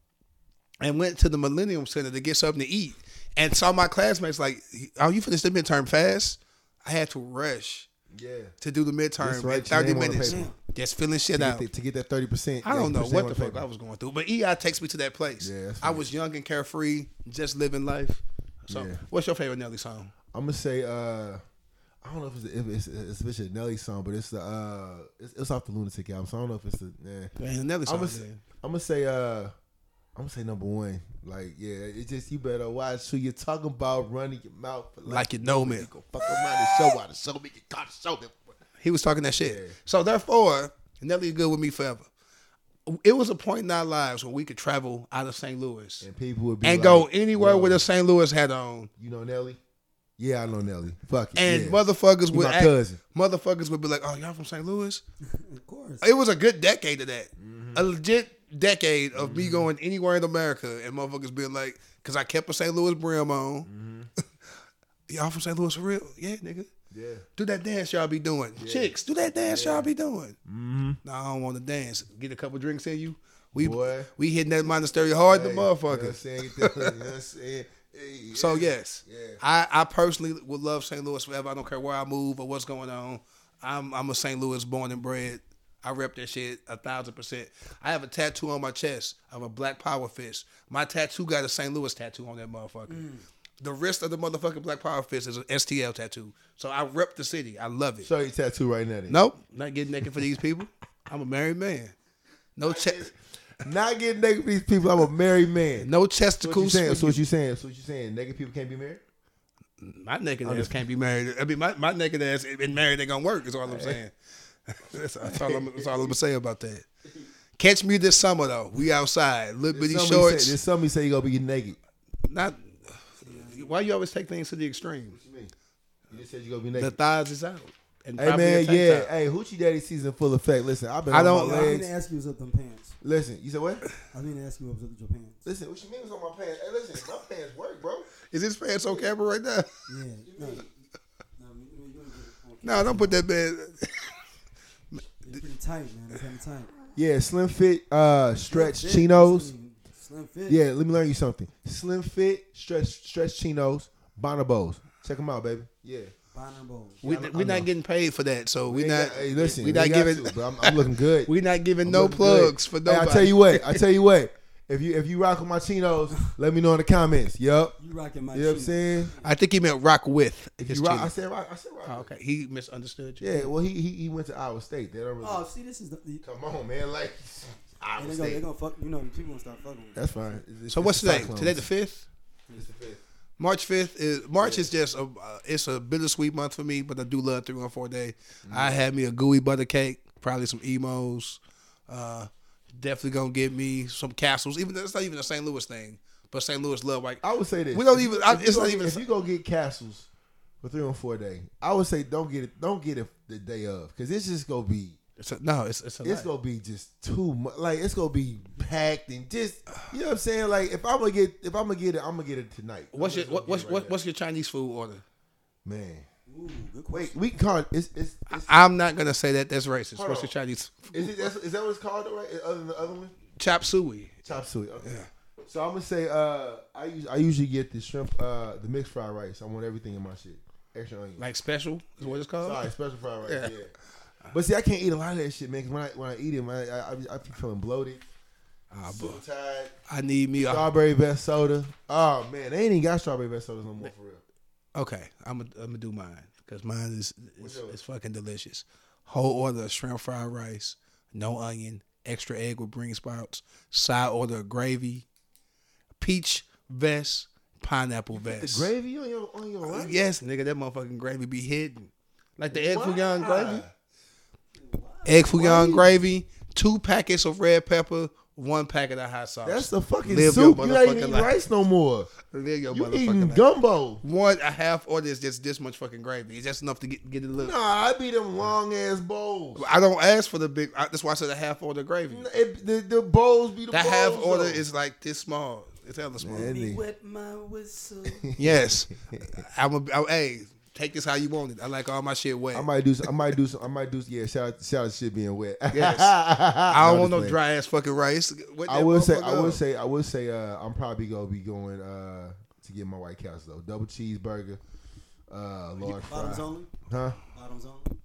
S5: and went to the Millennium Center to get something to eat and saw my classmates like, oh, you finished the midterm fast? I had to rush
S4: yeah.
S5: to do the midterm
S4: Just write
S5: in
S4: your
S5: 30
S4: name on the
S5: minutes.
S4: paper.
S5: Just filling shit
S4: To
S5: out.
S4: get, that- to get that thirty percent.
S5: I don't know what the fuck I was going through, but EI takes me to that place.
S4: Yeah, that's
S5: I
S4: right.
S5: was young and carefree, just living life. So,
S4: Yeah.
S5: what's your favorite Nelly song?
S4: I'm gonna say. uh I don't know if it's if it's, it's, if it's a Nelly song, but it's the uh it's, it's off the Lunatic album. So I don't know if it's the. Nah.
S5: Man, Nelly
S4: I'm
S5: song.
S4: gonna say,
S5: man.
S4: I'm gonna say, uh, I'm gonna say number one. Like, yeah, it's just you better watch who you're talking about running your mouth.
S5: Like you know me.
S4: you gonna fuck around and show out and show me you gotta show me.
S5: He was talking that shit. So therefore, Nelly good with me forever. It was a point in our lives when we could travel out of St. Louis and,
S4: And people would be like,
S5: go anywhere
S4: "Yo,
S5: with a St. Louis hat on,
S4: You know Nelly? Yeah, I know Nelly. Fuck it.
S5: and
S4: yeah.
S5: motherfuckers
S4: He
S5: would
S4: my
S5: act-
S4: cousin.
S5: motherfuckers would be like, "Oh, y'all from St. Louis?"
S7: Of course.
S5: It was a good decade of that,
S4: Mm-hmm.
S5: a legit decade of me going anywhere in America and motherfuckers being like, "Cause I kept a St. Louis brim on." y'all from St. Louis for real? Yeah, nigga.
S4: Mm-hmm. Yeah.
S5: Do that dance y'all be doing. Chicks, do that dance y'all be doing.
S4: Mm-hmm.
S5: No, I don't want to dance. Get a couple drinks in you. We
S4: Boy.
S5: we hitting that monastery hard,
S4: Hey,
S5: the
S4: You know what I'm
S5: motherfucker.
S4: saying? Get that- you know what I'm saying? Hey,
S5: So
S4: yeah.
S5: yes, I, I personally would love St. Louis forever. I don't care where I move or what's going on. I'm I'm a St. Louis born and bred. I rep that shit a thousand percent. I have a tattoo on my chest of a black power fist. My tattoo got a St. Louis tattoo on that motherfucker.
S4: Mm.
S5: The wrist of the motherfucking black power fist is an STL tattoo. So I rep the city. I love it.
S4: Show your tattoo right now. Then.
S5: Nope, not getting naked for these people. I'm a married man. No chest,
S4: Not getting naked for these people. I'm a married man. So
S5: no
S4: what you
S5: testicles.
S4: saying?
S5: for
S4: So what you saying? So what you saying? Naked people can't be married?
S5: you. My
S4: Oh,
S5: naked ass can't be married. I mean, my, my naked ass and married ain't gonna work. Is all I'm saying. that's, that's all I'm, that's all I'm gonna say about that. Catch me this summer though. We outside, little bitty
S4: Somebody
S5: shorts.
S4: Say, there's somebody say you gonna be naked.
S5: Not. Why you always take things to the extreme?
S4: You just said you gonna be
S5: The
S4: naked.
S5: thighs is out. And
S4: Hey
S5: probably a
S4: man,
S5: tank
S4: yeah.
S5: top.
S4: Hey, hoochie daddy season full effect. Listen, I've been.
S5: I
S4: on
S5: don't-
S4: My
S7: I need
S4: legs.
S7: to ask you what's up with them pants.
S4: Listen, you said what?
S7: I need to ask you what's up with your pants.
S4: Listen, what you mean was on my pants? Hey, listen, my pants work, bro.
S5: Is his pants on camera right now?
S7: Yeah. No,
S5: No, don't put that man.
S7: it's pretty tight, man. It's kind of tight.
S4: Yeah, slim fit, uh, stretch
S7: Fit,
S4: chinos.
S7: slim- Slim fit.
S4: Yeah, let me learn you something. Slim fit, stretch, stretch chinos, bonobos. Check them out, baby. Yeah.
S7: Bonobos.
S5: We, we're not getting paid for that, so we're not.
S4: hey, listen, we
S5: we're not
S4: got
S5: giving.
S4: to, but I'm, I'm looking good.
S5: We're not giving
S4: I'm
S5: no
S4: looking good.
S5: plugs for nobody.
S4: Hey, I tell you what. I tell you what. If you if you rock with my chinos, let me know in the comments. Yup.
S7: You rocking my
S4: You know what I'm
S7: shoes.
S4: saying?
S5: I think he meant rock with.
S4: If
S5: his
S4: you rock, I
S5: chinos.
S4: said rock. I said rock.
S5: Oh, okay, he misunderstood you.
S4: Yeah, well, he, he he went to Iowa State. They don't really
S7: Oh, see, this is the. the
S4: come on, man. Like
S7: and
S4: Iowa
S7: they're gonna, they
S4: State.
S7: gonna fuck. You know, people gonna start fucking. With.
S4: That's fine. It's- it's
S5: So what's
S4: the
S5: today?
S4: Cyclones.
S5: Today the fifth.
S4: It's the fifth.
S5: March fifth is March is just a uh, it's a bittersweet month for me, but I do love three one four day. I had me a gooey butter cake, probably some emos. Uh, definitely gonna get me some castles. Even though it's not even a St. Louis thing, but St. Louis love like oh,
S4: I would say this.
S5: We don't
S4: If-
S5: even- I-
S4: if you
S5: it's
S4: go-
S5: not even-
S4: If you go get castles for three on four day, I would say don't get it. Don't get it the day of because it's just gonna be.
S5: it's a, no, it's it's a
S4: It's gonna
S5: lot.
S4: be just too much. Like it's gonna be packed and just you know what I'm saying. Like if I'm gonna get if I'm gonna get it, I'm gonna get it tonight.
S5: What's your
S4: I'm just
S5: what, what's
S4: gonna get it
S5: what,
S4: right
S5: what's your Chinese food order?
S4: now. man?
S7: Ooh, good
S4: Wait,
S7: question.
S4: we can call it. It's, it's, it's,
S5: I'm not gonna say that. That's racist.
S4: Hold
S5: What's
S4: on.
S5: your Chinese
S4: is, it, that's, is that what it's called? though, Right? Other than the other one.
S5: chop suey?
S4: Chop suey. Okay. So I'm gonna say uh I use I usually get the shrimp uh the mixed fried rice. I want everything in my shit. Extra onion.
S5: Like special is what it's called.
S4: Sorry, special fried rice. Yeah. But see, I can't eat a lot of that shit, man. 'cause when I when I eat it, man, I I, I, I be feeling bloated. Ah, tired.
S5: I need me a
S4: Strawberry best soda. Oh man, they ain't even got strawberry best sodas no more for real.
S5: Okay, I'm gonna I'm do mine because mine is is,
S4: yours?
S5: is fucking delicious. Whole order of shrimp fried rice, no onion, extra egg with green sprouts, side order of gravy, peach vest, pineapple
S4: The
S5: vest.
S4: gravy on your on your
S5: Uh,
S4: rice.
S5: Yes, nigga, that motherfucking gravy be hidden. Like the egg fouillon gravy. Egg fouillon gravy, two packets of red pepper, one packet of hot sauce.
S4: That's the fucking
S5: Live your
S4: soup. You not even
S5: motherfucking
S4: eating
S5: life.
S4: rice no more.
S5: Live your
S4: You
S5: motherfucking
S4: eating
S5: life.
S4: gumbo.
S5: One a half order is just this much fucking gravy. It's just enough to get get it a little.
S4: Nah, I be them long ass bowls.
S5: I don't ask for the big. I, that's why I said a half order gravy.
S4: It, the, the bowls be the
S5: that
S4: bowls.
S5: half order
S4: though.
S5: is like this small. It's hella small.
S4: Man,
S7: We
S4: nigga.
S7: wet my whistle.
S5: Yes, I'm a. I'm, hey, take this how you want it. I like all my shit wet.
S4: I might do. Some, I might do. Some, I might do. Some, yeah, shout out, shout out, to shit being wet.
S5: Yes. I
S4: I
S5: don't want no dry ass fucking rice. What
S4: I
S5: that
S4: will say.
S5: motherfucker
S4: I will
S5: up.
S4: say. I will say. Uh, I'm probably gonna be going uh, to get my White Castle though. Double cheeseburger, uh, large
S7: Bottoms
S4: fry,
S7: only.
S4: huh?
S7: Bottoms only.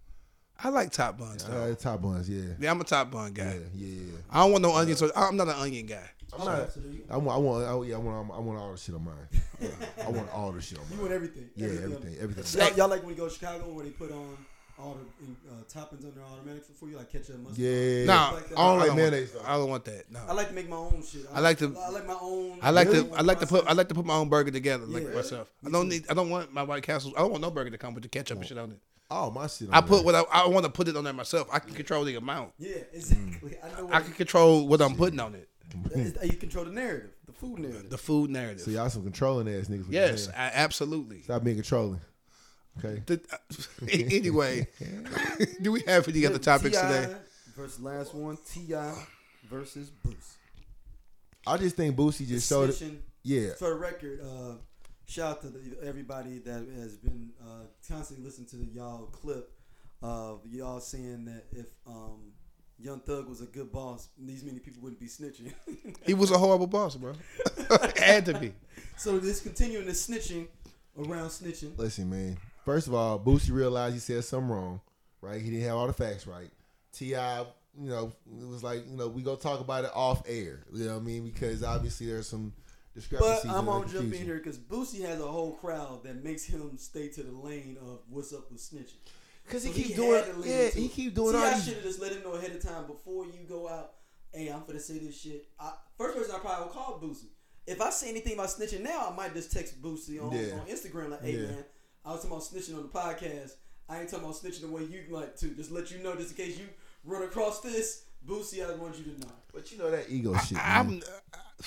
S5: I like top buns though.
S4: Uh, top buns. Yeah.
S5: yeah, I'm a top bun guy.
S4: Yeah. Yeah. yeah.
S5: I don't want no onions. So I'm not an onion guy.
S4: I'm not. I want. I want. I, yeah, I want. I want all the shit on mine. Yeah, I want all the shit on
S7: You
S4: mine.
S7: want everything.
S4: Yeah, everything. Everything.
S7: Y'all, y'all like when you go to Chicago where they put on all the in- uh, toppings on their automatic for you, like ketchup, mustard.
S4: Yeah.
S5: Nah,
S7: I
S5: I
S7: don't
S5: don't
S4: like
S5: want
S4: mayonnaise,
S5: that.
S4: though.
S5: I don't want that. No.
S7: I like to make my own shit.
S5: I like to-
S7: I like my own.
S5: I like
S7: my
S5: to
S7: own
S5: I like to put I
S7: process.
S5: like to put my own burger together like
S7: Yeah.
S5: myself. I don't need I don't want my White Castle. I don't want no burger to come with the ketchup and shit on it.
S4: All my shit. On
S5: I put
S4: There.
S5: what I, I want to put it on there myself. I can control the amount.
S7: Yeah, exactly. I know.
S5: I
S7: What
S5: can control what I'm putting on it.
S7: it's- you control the narrative, the food narrative.
S5: The food narrative.
S4: So y'all some controlling ass niggas. with your
S5: yes,
S4: hands.
S5: I, absolutely.
S4: Stop being controlling. Okay.
S5: The- anyway, do we have any other topics
S7: T.I.
S5: today?
S7: Versus last one, Ti versus Bruce.
S4: I just think Boosie just showed it.
S7: Snitching.
S4: Yeah.
S7: For the record, uh, shout out to the, everybody that has been uh, constantly listening to the y'all clip of y'all saying that if um, Young Thug was a good boss, these many people wouldn't be snitching.
S5: He was a horrible boss, bro. Had to be.
S7: so this continuing the snitching around snitching.
S4: Listen, man. First of all, Boosie realized he said something wrong, right? He didn't have all the facts right. T.I., you know, it was like, you know, we go talk about it off air. You know what I mean? Because obviously there's some discrepancies.
S7: But I'm
S4: and
S7: gonna jump in
S4: confusion.
S7: here because Boosie has a whole crowd that makes him stay to the lane of what's up with snitching.
S4: Cause he
S7: So
S4: keeps
S7: had
S4: doing,
S7: to lean
S4: yeah,
S7: into
S4: he
S7: it.
S4: keep doing
S7: See,
S4: all
S7: I
S4: these.
S7: should have just let him know ahead of time before you go out. Hey, I'm gonna say this shit. I, first person I probably would call Boosie. If I say anything about snitching now, I might just text Boosie on,
S4: Yeah.
S7: on Instagram like, "Hey
S4: Yeah.
S7: man, I was talking about snitching on the podcast. I ain't talking about snitching the way you like to. Just let you know, just in case you run across this, Boosie, I want you to know."
S4: But you know that ego shit. man.
S5: I'm.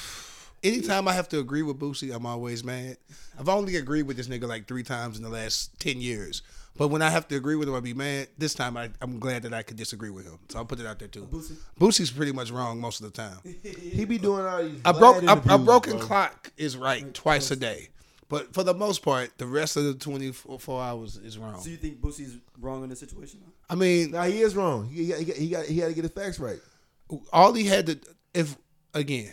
S5: Anytime I have to agree with Boosie, I'm always mad. I've only agreed with this nigga like three times in the last ten years. But when I have to agree with him, I be mad. This time, I, I'm glad that I could disagree with him. So I'll put it out there too.
S7: Boosie?
S5: Boosie's pretty much wrong most of the time.
S4: He be doing all these.
S5: A
S4: bad
S5: broke a, a
S4: interviews,
S5: broken
S4: bro.
S5: clock is right twice a day. But for the most part, the rest of the 24 hours is wrong.
S6: So you think Boosie's wrong in this situation?
S5: I mean,
S4: Now he is wrong. He he he, got, he had to get his facts right.
S5: all he had to, if again,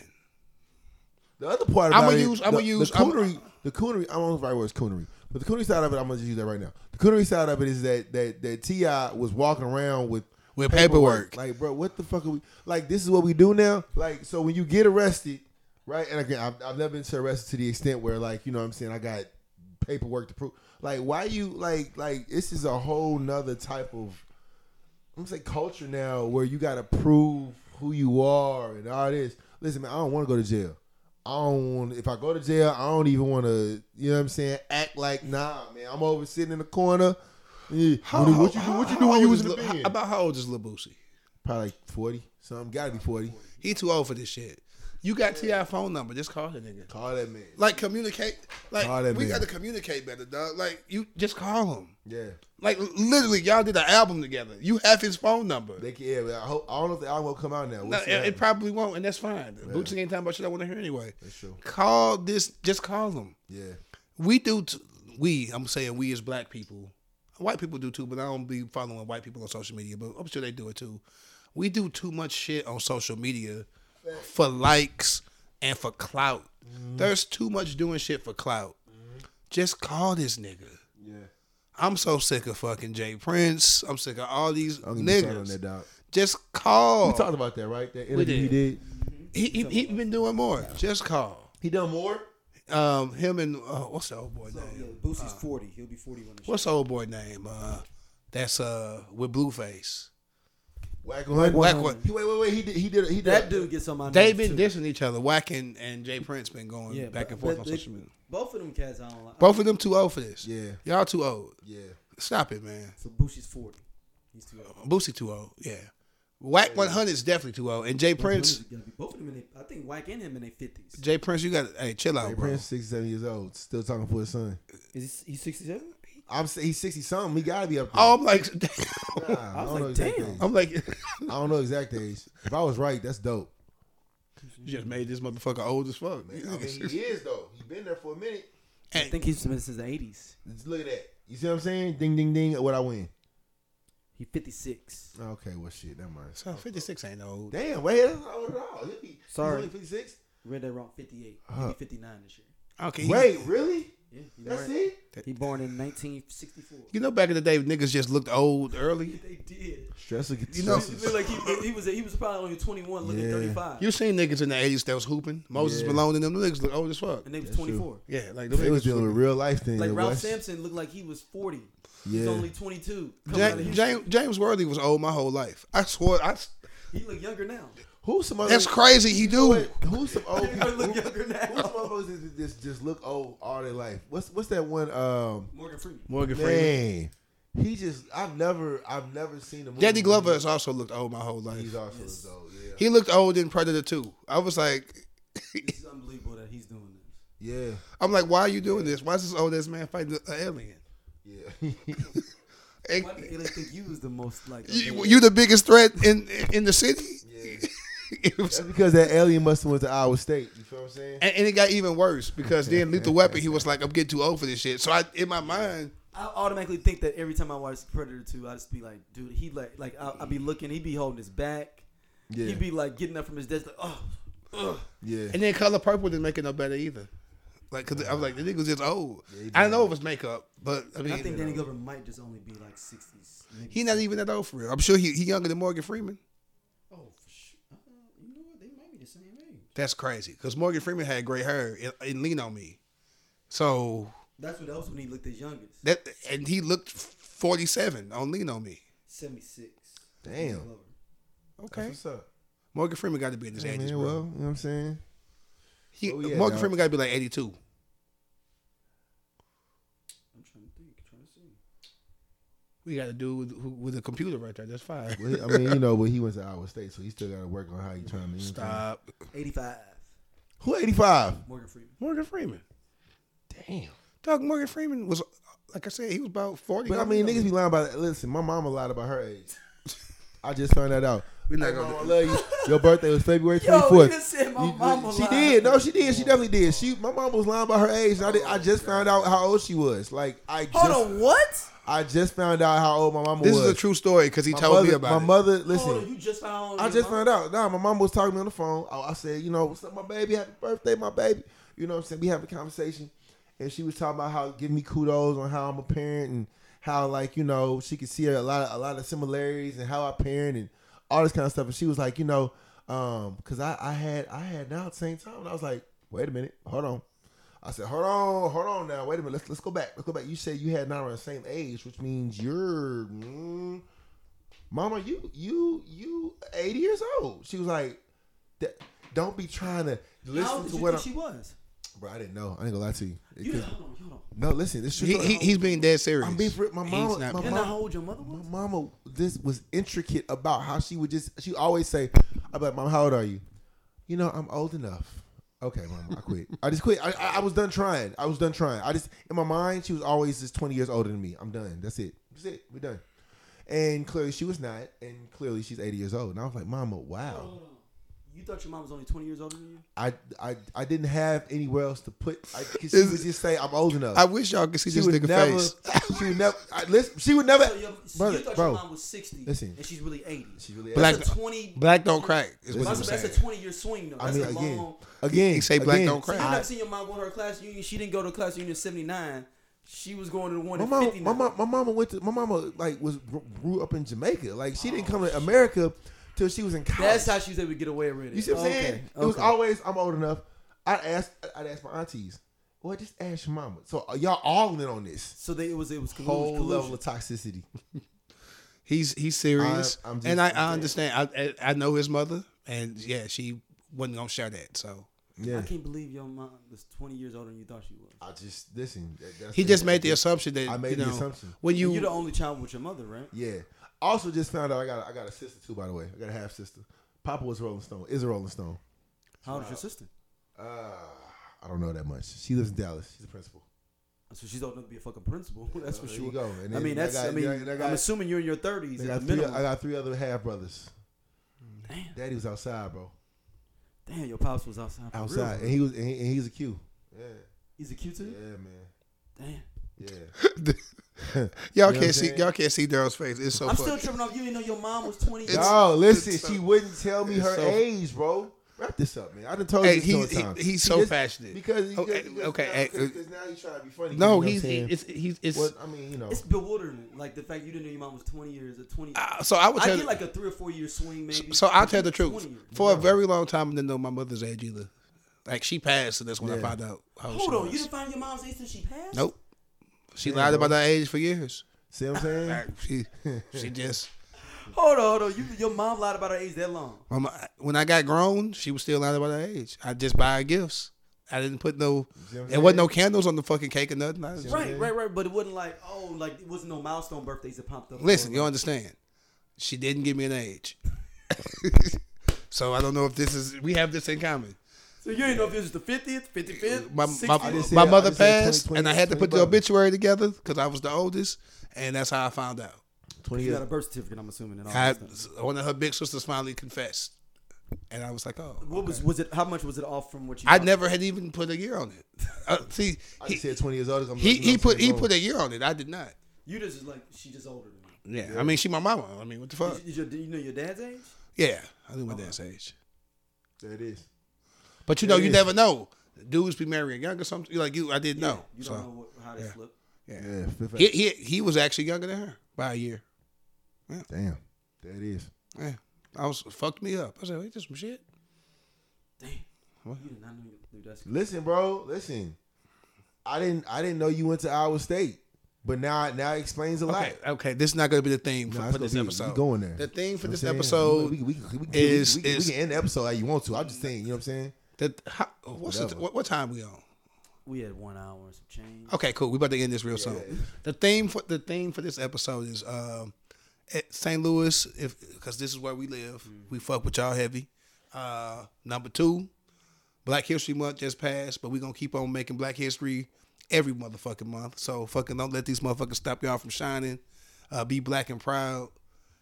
S4: The other part
S5: I'ma
S4: about it,
S5: use- I'ma
S4: the,
S5: use-
S4: the
S5: I'ma-
S4: coonery. the coonery. I don't know if the right word is coonery, but the coonery side of it. I'm gonna just use that right now. The coonery side of it is that that that Ti was walking around with
S5: With paperwork.
S4: Like, bro, what the fuck are we? Like, this is what we do now. Like, so when you get arrested, right? And again, I've, I've never been so arrested to the extent where, like, you know, what I'm saying I got paperwork to prove. Like, why you like like this is a whole nother type of I'm gonna say culture now where you gotta prove who you are and all this. Listen, man, I don't want to go to jail. I don't want. If I go to jail, I don't even want to. You know what I'm saying? Act like nah, man. I'm over sitting in the corner. Yeah.
S5: how,
S4: what you do?
S5: how-
S4: What you do
S5: how
S4: when you
S5: old
S4: was
S5: is
S4: in the
S5: Lil- how-
S4: bed?
S5: About how old is Lil Boosie?
S4: Probably like forty. Something gotta be forty.
S5: He too old for this shit. You got Ti phone number, just call the nigga.
S4: Call that man.
S5: Like communicate, like
S4: Call that
S5: we
S4: man.
S5: got to communicate better, dog. Like you just call him.
S4: Yeah.
S5: Like literally, y'all did an album together. You have his phone number.
S4: They can, yeah. but I hope. I don't know if the album will come out now. We'll
S5: No,
S4: see what
S5: it, it
S4: happens.
S5: probably won't, and that's fine. Bootsy ain't talking about shit I want to hear anyway.
S4: That's true.
S5: Call this, just call them.
S4: yeah.
S5: We do, t- we, I'm saying we as black people, white people do too, but I don't be following white people on social media, but I'm sure they do it too. We do too much shit on social media for likes and for clout.
S4: Mm-hmm.
S5: There's too much doing shit for clout. Just call this nigga.
S4: Yeah.
S5: I'm so sick of fucking Jay Prince. I'm sick of all these
S4: I'm gonna start on
S5: niggas.
S4: that dog.
S5: Just call.
S4: We talked about that, right? That interview he
S5: did.
S4: did.
S5: He he, he been doing more. Just call.
S4: He done more.
S5: Um, him and uh, what's the old boy
S7: Oh, Yeah,
S5: name?
S7: Boosie's forty. He'll be forty when the
S5: What's the old boy name? Uh, that's uh with Blueface.
S4: Whack one.
S5: Whack one.
S4: He, wait, wait, wait. He did. He did. He did.
S7: That dude gets on my.
S5: They've
S7: nerves,
S5: been
S7: too.
S5: dissing each other. Whack and, and Jay Prince been going
S7: Yeah,
S5: back
S7: but-
S5: and forth
S7: but
S5: on
S7: they-
S5: social media.
S7: Both of them cats I don't like.
S5: Both of them too old for this.
S4: Yeah.
S5: y'all too old.
S4: Yeah.
S5: Stop it, man.
S7: So Boosie's forty. He's too
S4: Oh,
S7: old.
S5: Boosie too old. Yeah, Whack 100 is definitely too old. And Jay Prince,
S7: Both of them gotta be- both of them in. Their, I think Wack and him in their fifties.
S5: Jay Prince, you got to hey chill out,
S4: Hey,
S5: bro.
S4: Prince, 67 years old, still talking for his son.
S7: Is he, he's sixty seven?
S4: I'm say- he's 60 something. He gotta be up there.
S5: Oh, I'm like,
S4: Nah,
S7: was
S4: don't
S7: like,
S4: know exact
S7: damn.
S4: age.
S5: I'm like, you
S4: I don't know exact age. If I was right, that's dope.
S5: just made this motherfucker old as fuck. Man.
S4: is though. He's been there for a minute.
S7: I think he's been since the eighties.
S4: Just look at that. You see what I'm saying? Ding, ding, ding. What I win?
S7: He fifty six.
S4: Okay, well, shit. That mind.
S5: So 56 ain't old.
S4: Damn, wait. That's not old at all. He'll be, he's
S7: Sorry.
S4: only 56.
S7: Read that wrong. Fifty eight. He'll
S4: Huh.
S7: be fifty nine this year.
S5: Okay.
S4: Wait, really?
S7: Yeah, he
S4: That's
S7: born-
S4: it?
S7: He born in nineteen sixty four.
S5: You know, back in the day, niggas just looked old early.
S7: They did.
S4: Stress will get
S5: You know-
S7: It looked like he, he was he was probably only twenty one, looking
S4: Yeah.
S7: thirty five,
S5: You seen niggas in the eighties that was hooping. Moses
S4: Yeah.
S5: Malone and them niggas look old as fuck.
S7: and they was
S4: That's true.
S7: twenty four.
S5: Yeah, like them
S4: They was
S5: niggas.
S4: dealing with real life things.
S7: Like
S4: yo,
S7: Ralph
S4: boy.
S7: Sampson looked like he was forty. He's
S4: Yeah.
S7: only twenty two.
S5: James, James, James Worthy was old my whole life. I swore. I,
S7: He look younger now.
S4: Who's some other?
S5: that's crazy. He do.
S4: Wait, who's some old
S7: He
S4: people?
S7: look
S4: Who-
S7: younger
S4: Who's some
S7: now.
S4: motherfuckers that just, just look old all their life? What's what's that one? Um,
S7: Morgan Freeman.
S5: Morgan Freeman.
S4: man, he just I've never I've never seen a movie.
S5: Danny Glover has also looked old my whole life.
S4: He's also though, yeah,
S5: He looked old in Predator 2. I was like,
S7: It's unbelievable that he's doing this.
S4: yeah,
S5: I'm like, why are you doing this? Why is this old ass man fighting an alien?
S4: yeah.
S5: And-
S7: Why do they think you was the most like?
S5: you, you the biggest threat in in the city. It was-
S4: That's because that alien must have went to Iowa State. You feel what I'm saying?
S5: and, and it got even worse because then Lethal Weapon, he was like, I'm getting too old for this shit. So I, in my mind,
S7: I automatically think that every time I watch Predator Two, I just be like, dude, he like like I I be looking, he be holding his back,
S4: Yeah,
S7: he be like getting up from his desk like, oh, ugh.
S4: yeah.
S5: And then Color Purple didn't make it no better either. Like, cause I was like, the nigga was just old. I know it was makeup, but I mean,
S7: I think Danny Glover might just only be like sixties.
S5: he not even that old for real. I'm sure he he younger than Morgan Freeman.
S7: Oh, for sure. Uh, you know what? They might be the same age.
S5: That's crazy, cause Morgan Freeman had gray hair in, in Lean on Me, so
S7: That's what else when he looked his youngest.
S5: that and he looked 47 on Lean on Me.
S7: Seventy six.
S4: Damn. That's
S5: Okay,
S4: what's up?
S5: Morgan Freeman got to be in his
S4: Yeah,
S5: 80s,
S4: man,
S5: bro.
S4: well, you know what I'm saying?
S5: he,
S4: oh, yeah,
S5: Morgan
S4: dog.
S5: Freeman got to be like 82.
S7: I'm trying to think. Trying to see.
S5: We got a dude who, with a computer right there. That's fine.
S4: Well, he- I mean, you know, but he went to Iowa State, so he still got to work on how you trying to. You know what I'm saying?
S5: Stop,
S7: Eighty five.
S4: Who 85?
S7: Morgan Freeman.
S5: Morgan Freeman. Damn, Doug Morgan Freeman was like I said, he was about 40.
S4: But I
S5: on
S4: mean,
S5: Lean on
S4: niggas
S5: Me.
S4: be lying about. Listen, my mama lied about her age. I just found that out.
S5: We're not
S4: Hey,
S5: gonna.
S4: Mama, I
S5: do-
S4: love you. Your birthday was February
S6: Yo,
S4: twenty
S7: Oh,
S6: you
S4: fourth.
S6: just said my
S4: You-
S6: mama
S4: She
S6: lied.
S4: did. No, she did. She definitely did. She, my mom was lying about her age. And I, did, I just found out how old she was. Like I just,
S6: Hold on, what?
S4: I just found out how old my mama
S5: This
S4: was.
S5: is a true story because he
S4: My
S5: told
S4: mother,
S5: me about
S4: my
S5: it.
S4: mother.
S7: Hold
S4: Listen,
S7: on, you just found.
S4: I just found out. Nah, my mom was talking to me on the phone. I, I said, you know, what's up, my baby? Happy birthday, my baby. You know what I'm saying? We have a conversation. And she was talking about how giving me kudos on how I'm a parent and how like, you know, she could see a lot of a lot of similarities and how I parent and all this kind of stuff. And she was like, you know, um, cause I, I had I had now at the same time and I was like, wait a minute, hold on. I said, hold on, hold on now, wait a minute, let's let's go back. Let's go back. You said you had now around the same age, which means you're mm, Mama, you you you eighty years old. She was like, "That- don't be trying to
S7: How
S4: listen
S7: old
S4: to
S7: did you
S4: what
S7: think
S4: I'm.
S7: she was?
S4: Bro, I didn't know. I ain't gonna lie to you. It
S7: You
S4: could-
S7: hold on, hold on.
S4: no, listen, this
S5: He,
S4: true.
S5: he, he's being dead serious.
S4: I'm being for my
S5: He's
S4: mama.
S5: not-
S4: My
S5: You're
S6: And I
S4: mama,
S6: hold your mother.
S4: my
S6: was?
S4: mama, this was intricate about how she would just. She always say, "I'm like, mom, how old are you? You know, I'm old enough." Okay, mom, I quit. I just quit. I, I, I was done trying. I was done trying. I just in my mind, she was always just 20 years older than me. I'm done. That's it. That's it. We're done. And clearly, she was not. And clearly, she's 80 years old. And I was like, Mama, wow.
S7: You thought your mom was only twenty years older than you?
S4: I, I I didn't have anywhere else to put. I, 'cause she would just say I'm old enough.
S5: I wish y'all could see
S4: she
S5: this
S4: would
S5: nigga
S4: never.
S5: face.
S4: She would never. I, listen, she would never.
S7: So your, so
S4: brother,
S7: you thought
S4: bro,
S7: your mom was sixty,
S4: listen.
S7: and she's really eighty.
S4: she really.
S5: Black-
S7: that's a twenty.
S5: Black don't crack is what
S7: That's,
S5: I'm
S7: a- that's
S5: saying.
S7: a twenty-year swing though.
S4: I
S7: That's
S4: mean,
S7: a
S4: again,
S7: long.
S4: again.
S5: He say black
S4: again,
S5: don't
S7: So
S5: cry.
S7: you
S4: I-
S7: never seen your mom go to her class union. She didn't go to class union in '79. She was going to the one
S4: My
S7: in
S4: mama, my,
S7: '59.
S4: mom, my mama went to my mama like was grew up in Jamaica. Like she didn't come to America till she was in college.
S7: That's how she was able to get away with it.
S4: You see what I'm
S7: Okay,
S4: saying? It was
S7: okay.
S4: always I'm old enough. I'd ask I'd ask my aunties. Well, just ask your mama. So uh, y'all all in on this
S7: So they, it was it was collusion.
S4: whole
S7: collusion.
S4: level of toxicity.
S5: He's he's serious,
S4: I- I'm just-
S5: and I, I understand. I, I I know his mother, and yeah, she wasn't gonna share that. So
S4: Yeah,
S7: I can't believe your mom was 20 years older than you thought she was.
S4: I just listen. that- that's
S5: he
S4: the-
S5: just made the assumption that
S4: I made
S5: you
S4: the
S5: know,
S4: assumption.
S5: when
S7: You,
S5: you
S7: are the only child with your mother, right?
S4: Yeah. Also, just found out I got a, I got a sister too. By the way, I got a half sister. Papa was a Rolling Stone. Is a Rolling Stone.
S7: How old is your sister?
S4: Uh, I don't know that much. She lives in Dallas. She's a principal.
S7: So she's old enough to be a fucking principal. That's for
S4: There
S7: sure.
S4: you go. And
S7: I
S4: then
S7: mean, that's. I,
S4: got-
S7: mean,
S4: I got,
S7: I'm assuming you're in your 30s
S4: I
S7: at
S4: got
S7: the
S4: three,
S7: minimum.
S4: I got three other half brothers.
S7: Damn.
S4: Daddy was outside, bro.
S7: Damn, your pops was outside. For Real.
S4: Outside, and he was and, he, and he's a Q. Yeah,
S7: He's a Q
S4: yeah,
S7: too.
S4: man.
S7: Damn.
S4: Yeah.
S5: y'all
S4: You know what I'm
S5: can't see
S4: saying?
S5: y'all can't see Daryl's face. It's so
S7: I'm
S5: funny.
S7: still tripping off. You didn't know your mom was 20. years old.
S4: Y'all, listen.
S5: it's so-
S4: she wouldn't tell me
S5: it's
S4: her
S5: so-
S4: age, bro. Wrap this up, man. I done told
S5: Hey,
S4: you
S5: he-
S4: this
S5: he-
S4: time.
S5: he's so passionate.
S4: because he
S5: Okay,
S4: just- he just-
S5: okay, hey, uh,
S4: Cause, 'cause now he's trying to be funny.
S5: no,
S4: you know
S5: he's
S4: what I'm saying?
S5: it's he's it's.
S4: Well, I mean, you know,
S7: It's bewildering. Like the fact you didn't know your mom was 20 years or 20.
S5: uh, so I would
S7: I
S5: tell.
S7: get like a three or four year swing, maybe.
S5: so I'll
S7: But
S5: tell the
S7: 20
S5: truth.
S7: years.
S5: For a very long time, I didn't know my mother's age either. Like she passed, and that's when I found out. How old
S7: Hold
S5: she
S7: on,
S5: was.
S7: you didn't find your mom's age till she passed?
S5: Nope. She lied about her age for years.
S4: see what I'm saying?
S5: Like, she she just
S7: Hold on, hold on. You, your mom lied about her age that long.
S5: my mo- when I got grown, she was still lying about her age. I just buy her gifts. I didn't put no
S4: See what I'm
S5: there wasn't no candles on the fucking cake or nothing. I just-
S7: Right, right, right. But it wasn't like, oh, like it wasn't no milestone birthdays that popped up.
S5: Listen,
S7: Or,
S5: you understand. She didn't give me an age. so I don't know if this is we have this in common.
S7: so you didn't know if it was the 50th, 55th,
S5: My
S7: 60th.
S5: my,
S4: just
S5: my
S4: said- I
S5: mother
S4: just said
S5: passed
S4: 20,
S5: and I had to put the
S4: 20 bucks.
S5: obituary together because I was the oldest and that's how I found out.
S4: Twenty
S7: you
S4: years.
S7: got a birth certificate, I'm assuming. And all
S5: I,
S7: that stuff.
S5: one of her big sisters finally confessed. And I was like, oh.
S7: What was was it? How much was it off from what you?
S5: I
S7: thought?
S5: never had even put a year on it. Uh, see,
S4: I
S5: he,
S4: just said twenty years old. 'cause I'm
S5: he,
S4: like, you know
S5: he
S4: what I'm
S5: put he
S4: saying?
S5: put a year on it. I did not.
S7: You just was like she just older than me.
S5: Yeah, I mean, she my mama. I mean, what the fuck?
S7: Is- is your- do you know your dad's age?
S5: Yeah, I knew my dad's age.
S4: There it is.
S5: But you know,
S4: Yeah.
S5: you never know. Dudes be marrying young or something. Like you, I didn't know.
S7: You
S5: so
S7: don't know what, how they flip.
S5: yeah,
S4: Yeah. fifth-
S5: he, he he was actually younger than her by a year.
S4: Damn. There it is.
S5: Yeah, I was fucked me up. I said, wait, this some shit.
S7: Damn, you did not know your dude, that's.
S4: Listen, bro. Listen. I didn't. I didn't know you went to Iowa State, but now now it explains a lot.
S5: Okay, okay, this is not gonna be the theme for,
S4: Nah,
S5: for
S4: it's
S5: this
S4: gonna be-
S5: episode.
S4: we going there.
S5: The theme
S4: You
S5: for
S4: know
S5: this
S4: what I'm
S5: episode
S4: saying? we, we, we, we, we,
S5: is-
S4: we, we,
S5: is-
S4: we can end the episode how you want to. I'm just saying, you know what I'm saying?
S5: that how, what's the,
S4: Whatever.
S5: what, what time we on?
S7: We had one hour and some change.
S5: Okay, cool. We about to end this real soon. The theme for the theme for this episode is um, at St. Louis, if because this is where we live, we fuck with y'all heavy. Uh, number two, Black History Month just passed, but we gonna keep on making Black History every motherfucking month. So fucking don't let these motherfuckers stop y'all from shining. Uh, be black and proud.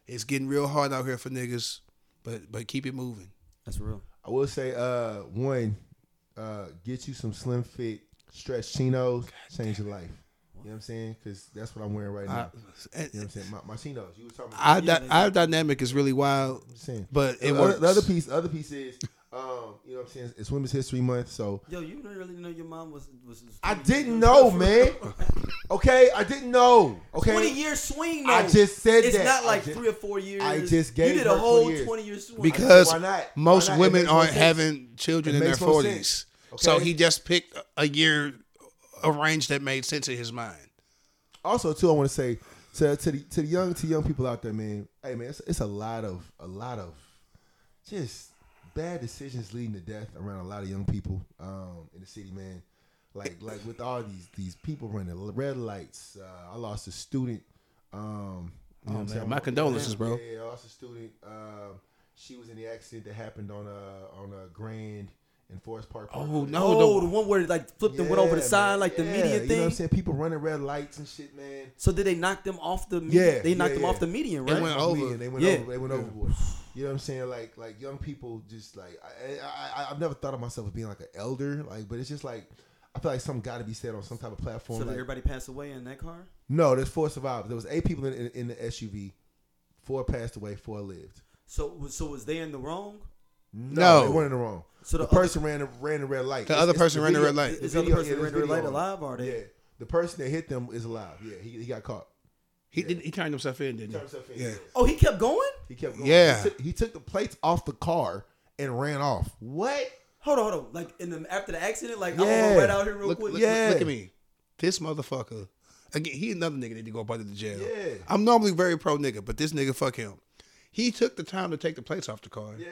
S5: It's getting real hard out here for niggas. But but keep it moving.
S6: That's real.
S4: I will say, uh, one, uh, get you some slim fit stretch chinos, change your life. You know what I'm saying? Because that's what I'm wearing right now. you know what I'm saying? My, my chinos. You was talking about.
S5: Our, di- our dynamic is really wild,
S4: I'm saying.
S5: but it
S4: the,
S5: works.
S4: other, the other piece, the other piece is, um, you know what I'm saying? It's Women's History Month, so
S6: Yo, you didn't really know your mom was was. was
S4: I didn't know, man. Okay, I didn't know. Okay,
S6: Twenty year swing. Though.
S4: I just said
S6: it's
S4: that.
S6: not like
S4: I ju-
S6: three or four years.
S4: I just
S6: you
S4: gave
S6: did
S4: her
S6: a whole
S4: 20 years.
S6: twenty year swing
S5: because
S4: Why not?
S5: most
S4: Why not? It
S5: women
S4: makes no
S5: aren't
S4: sense.
S5: having children
S4: It
S5: in their
S4: makes no
S5: forties.
S4: sense.
S5: So
S4: Okay.
S5: he just picked a- a year, a range that made sense in his mind.
S4: also too, I want to say to to the to the young to young people out there, man. Hey, man, it's, it's a lot of a lot of just bad decisions leading to death around a lot of young people um, in the city, man. Like like with all these these people running red lights. Uh, I lost a student. Um,
S6: Oh,
S4: you know what I'm saying?
S5: Oh, my condolences, bro.
S4: Yeah, I lost a student. Um, she was in the accident that happened on uh on a Grand and Forest Park.
S5: Oh no,
S6: Oh,
S5: the-
S6: the one where it like flipped and went over the
S4: Yeah,
S6: side
S4: man.
S6: like the
S4: Yeah,
S6: media
S4: You know what
S6: thing.
S4: I'm saying? People running red lights and shit, man.
S6: so did they knock them off the? Media?
S4: Yeah,
S6: they knocked
S4: yeah,
S6: them
S4: yeah.
S6: off the median,
S5: They
S6: right?
S5: went
S4: It was
S5: over.
S4: me and They went
S6: Yeah.
S4: over. They went overboard. You know what I'm saying? Like like young people just like I, I, I I've never thought of myself as being like an elder. Like, but it's just like I feel like something got to be said on some type of
S6: so
S4: platform.
S6: did
S4: like-
S6: everybody pass away in that car?
S4: no, there's four survivors. There was eight people in, in, in the SUV. Four passed away. Four lived.
S6: So so was they in the wrong?
S4: they weren't in the wrong.
S6: So
S4: So
S6: the
S4: the,
S6: other-
S4: person ran the, ran the red light.
S5: The
S4: It's-
S5: other
S4: it's
S5: person ran the
S4: video-
S5: red light.
S6: Is the other
S4: video-
S6: person
S4: yeah,
S6: ran the red
S4: there's
S6: light
S4: video on it.
S6: alive? Are they?
S4: Yeah, the person that hit them is alive. Yeah, he, he got caught.
S5: He did. He turned himself in,
S4: He
S5: didn't
S4: turned
S5: he?
S4: himself in.
S5: Yeah.
S6: Oh, he kept going.
S4: He kept going.
S5: Yeah.
S4: He took, he took the plates off the car and ran off. What?
S6: Hold on, hold on. Like in the after the accident, like I'm
S4: Yeah.
S6: gonna go right out here real
S5: Look,
S6: quick.
S5: look,
S4: Yeah.
S5: look, look at me. This motherfucker. Again, he another nigga that need to go up under the jail.
S4: Yeah.
S5: I'm normally very pro nigga, but this nigga, fuck him. He took the time to take the plates off the car
S4: Yeah.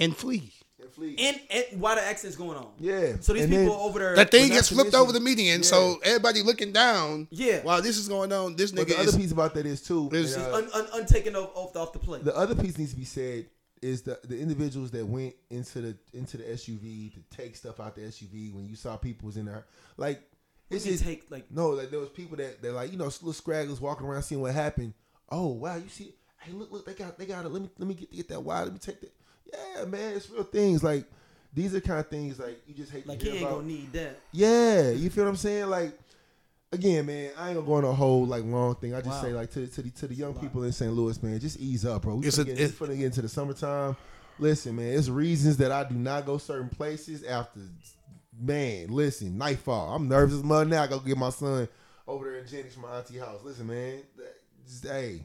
S5: and flee.
S4: And flee.
S6: And, and why the accident's going on?
S4: Yeah.
S6: So these
S4: And
S6: people
S4: then-
S6: over there.
S5: That thing
S4: not
S5: gets
S4: to
S5: flipped
S4: mention-
S5: over the median, so everybody looking down.
S6: Yeah.
S5: While this is going on, this
S4: But the
S5: nigga
S4: other
S5: is.
S4: piece about that is too.
S5: There's-
S4: and, uh,
S6: un, un, untaken off, off the- off the plate.
S4: the uh, other piece needs to be said is the the individuals that went into the into the SUV to take stuff out the SUV when you saw people was in there like
S6: It's
S4: it's just
S6: take like
S4: no like there was people that that like you know little scragglers walking around seeing what happened. Oh wow, you see? Hey, look look they got they got it. Let me let me get get that wide. Let me take that. Yeah, man, it's real things like. These are kind of things like you just hate
S6: like
S4: to
S6: he
S4: hear
S6: ain't
S4: about.
S6: gonna need that.
S4: Yeah, you feel what I'm saying? Like, again, man, I ain't gonna go on a whole like long thing. I just say like to to the, to the young people in St. Louis, man, just ease up, bro. We
S5: It's
S4: finna,
S5: a-
S4: get,
S5: it-
S4: we finna get into the summertime. Listen, man, it's reasons that I do not go certain places after. Man, listen, nightfall. I'm nervous as mud now. I go get my son over there in Jennings from my auntie house. Listen, man, that- just, hey,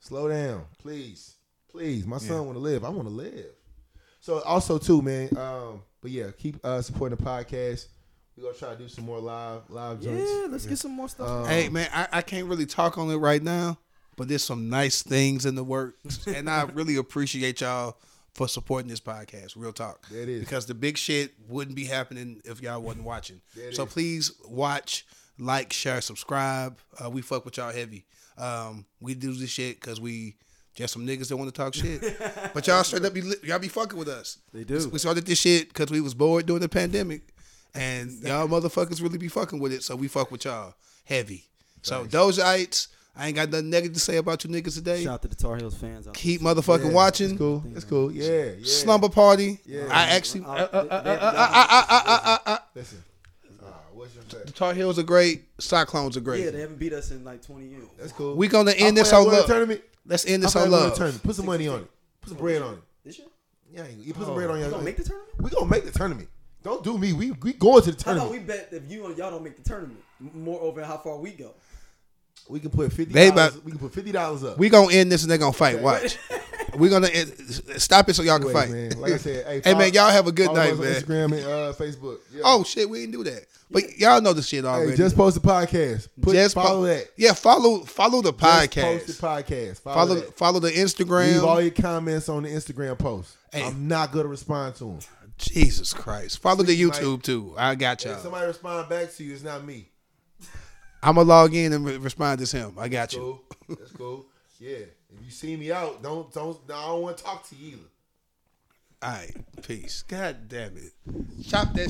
S4: slow down, please, please. My son want to live. I want to live. So also too, man. Um, but yeah, keep uh supporting the podcast. We're gonna try to do some more live live joints.
S6: let's get some more stuff.
S4: Uh, Um,
S5: Hey, man, I, I can't really talk on it right now, but there's some nice things in the works. and I really appreciate y'all for supporting this podcast. Real talk.
S4: That is.
S5: Because the big shit wouldn't be happening if y'all wasn't watching.
S4: That
S5: so
S4: is.
S5: please watch, like, share, subscribe. Uh, we fuck with y'all heavy. Um, we do this shit because we. Just some niggas that want to talk shit, but y'all straight up be li- y'all be fucking with us. They
S6: do.
S5: We started this shit because we was bored during the pandemic, and y'all motherfuckers really be fucking with it. So we fuck with y'all heavy. So Dogeites, I ain't got nothing negative to say about you niggas today.
S6: Shout out to the Tar Heels fans. Out there.
S5: Keep motherfucking watching.
S4: It's cool. It's cool. Yeah. yeah.
S5: Slumber party. I actually,
S6: Uh, uh, uh, uh,
S4: Listen. Uh, what's your
S5: the
S4: favorite?
S5: Tar Heels are great. Cyclones are great.
S6: yeah, they haven't beat us in like 20 years.
S4: That's cool.
S5: we gonna
S4: I'm
S5: end this
S4: playing
S5: on
S4: World
S5: love.
S4: Tournament.
S5: Let's end
S4: I'm
S5: this on
S4: playing World
S5: love.
S4: Tournament. Put some money on it. Put some bread on it.
S6: This year?
S4: Yeah, you put some bread
S5: Oh.
S4: on your.
S6: We gonna make the tournament?
S4: We gonna make the tournament. Don't do me. We we going to
S6: I
S4: the
S6: thought
S4: tournament.
S6: we bet if you and y'all don't make the tournament, m- more over how far we go.
S4: we, can put fifty.
S5: They
S4: They
S5: about-
S4: we can put fifty dollars up.
S5: We gonna end this and they gonna fight. Watch. we gonna end, stop it so y'all can
S4: Anyway,
S5: fight.
S4: man, like I said, hey,
S5: hey man,
S4: follow-
S5: y'all have a good
S4: Follow us
S5: night,
S4: on
S5: man.
S4: Instagram and uh, Facebook. Yeah.
S5: Oh shit, we didn't do that. But y'all know the shit already.
S4: hey, just post the podcast. Put,
S5: Just po-
S4: follow that.
S5: Yeah, follow follow the
S4: Just
S5: podcast.
S4: post the podcast. Follow,
S5: follow
S4: that.
S5: follow the Instagram.
S4: Leave all your comments on the Instagram post.
S5: Hey.
S4: I'm not gonna respond to them.
S5: Jesus Christ. Follow the
S4: Sweet
S5: YouTube too. I got
S4: If
S5: y'all.
S4: somebody respond back to you, it's not me.
S5: I'm gonna log in and re- respond to him. I got you.
S4: Cool. That's cool. Yeah. If you see me out, don't don't. no, I don't want to talk to you either.
S5: All right. Peace. God damn it. Chop that.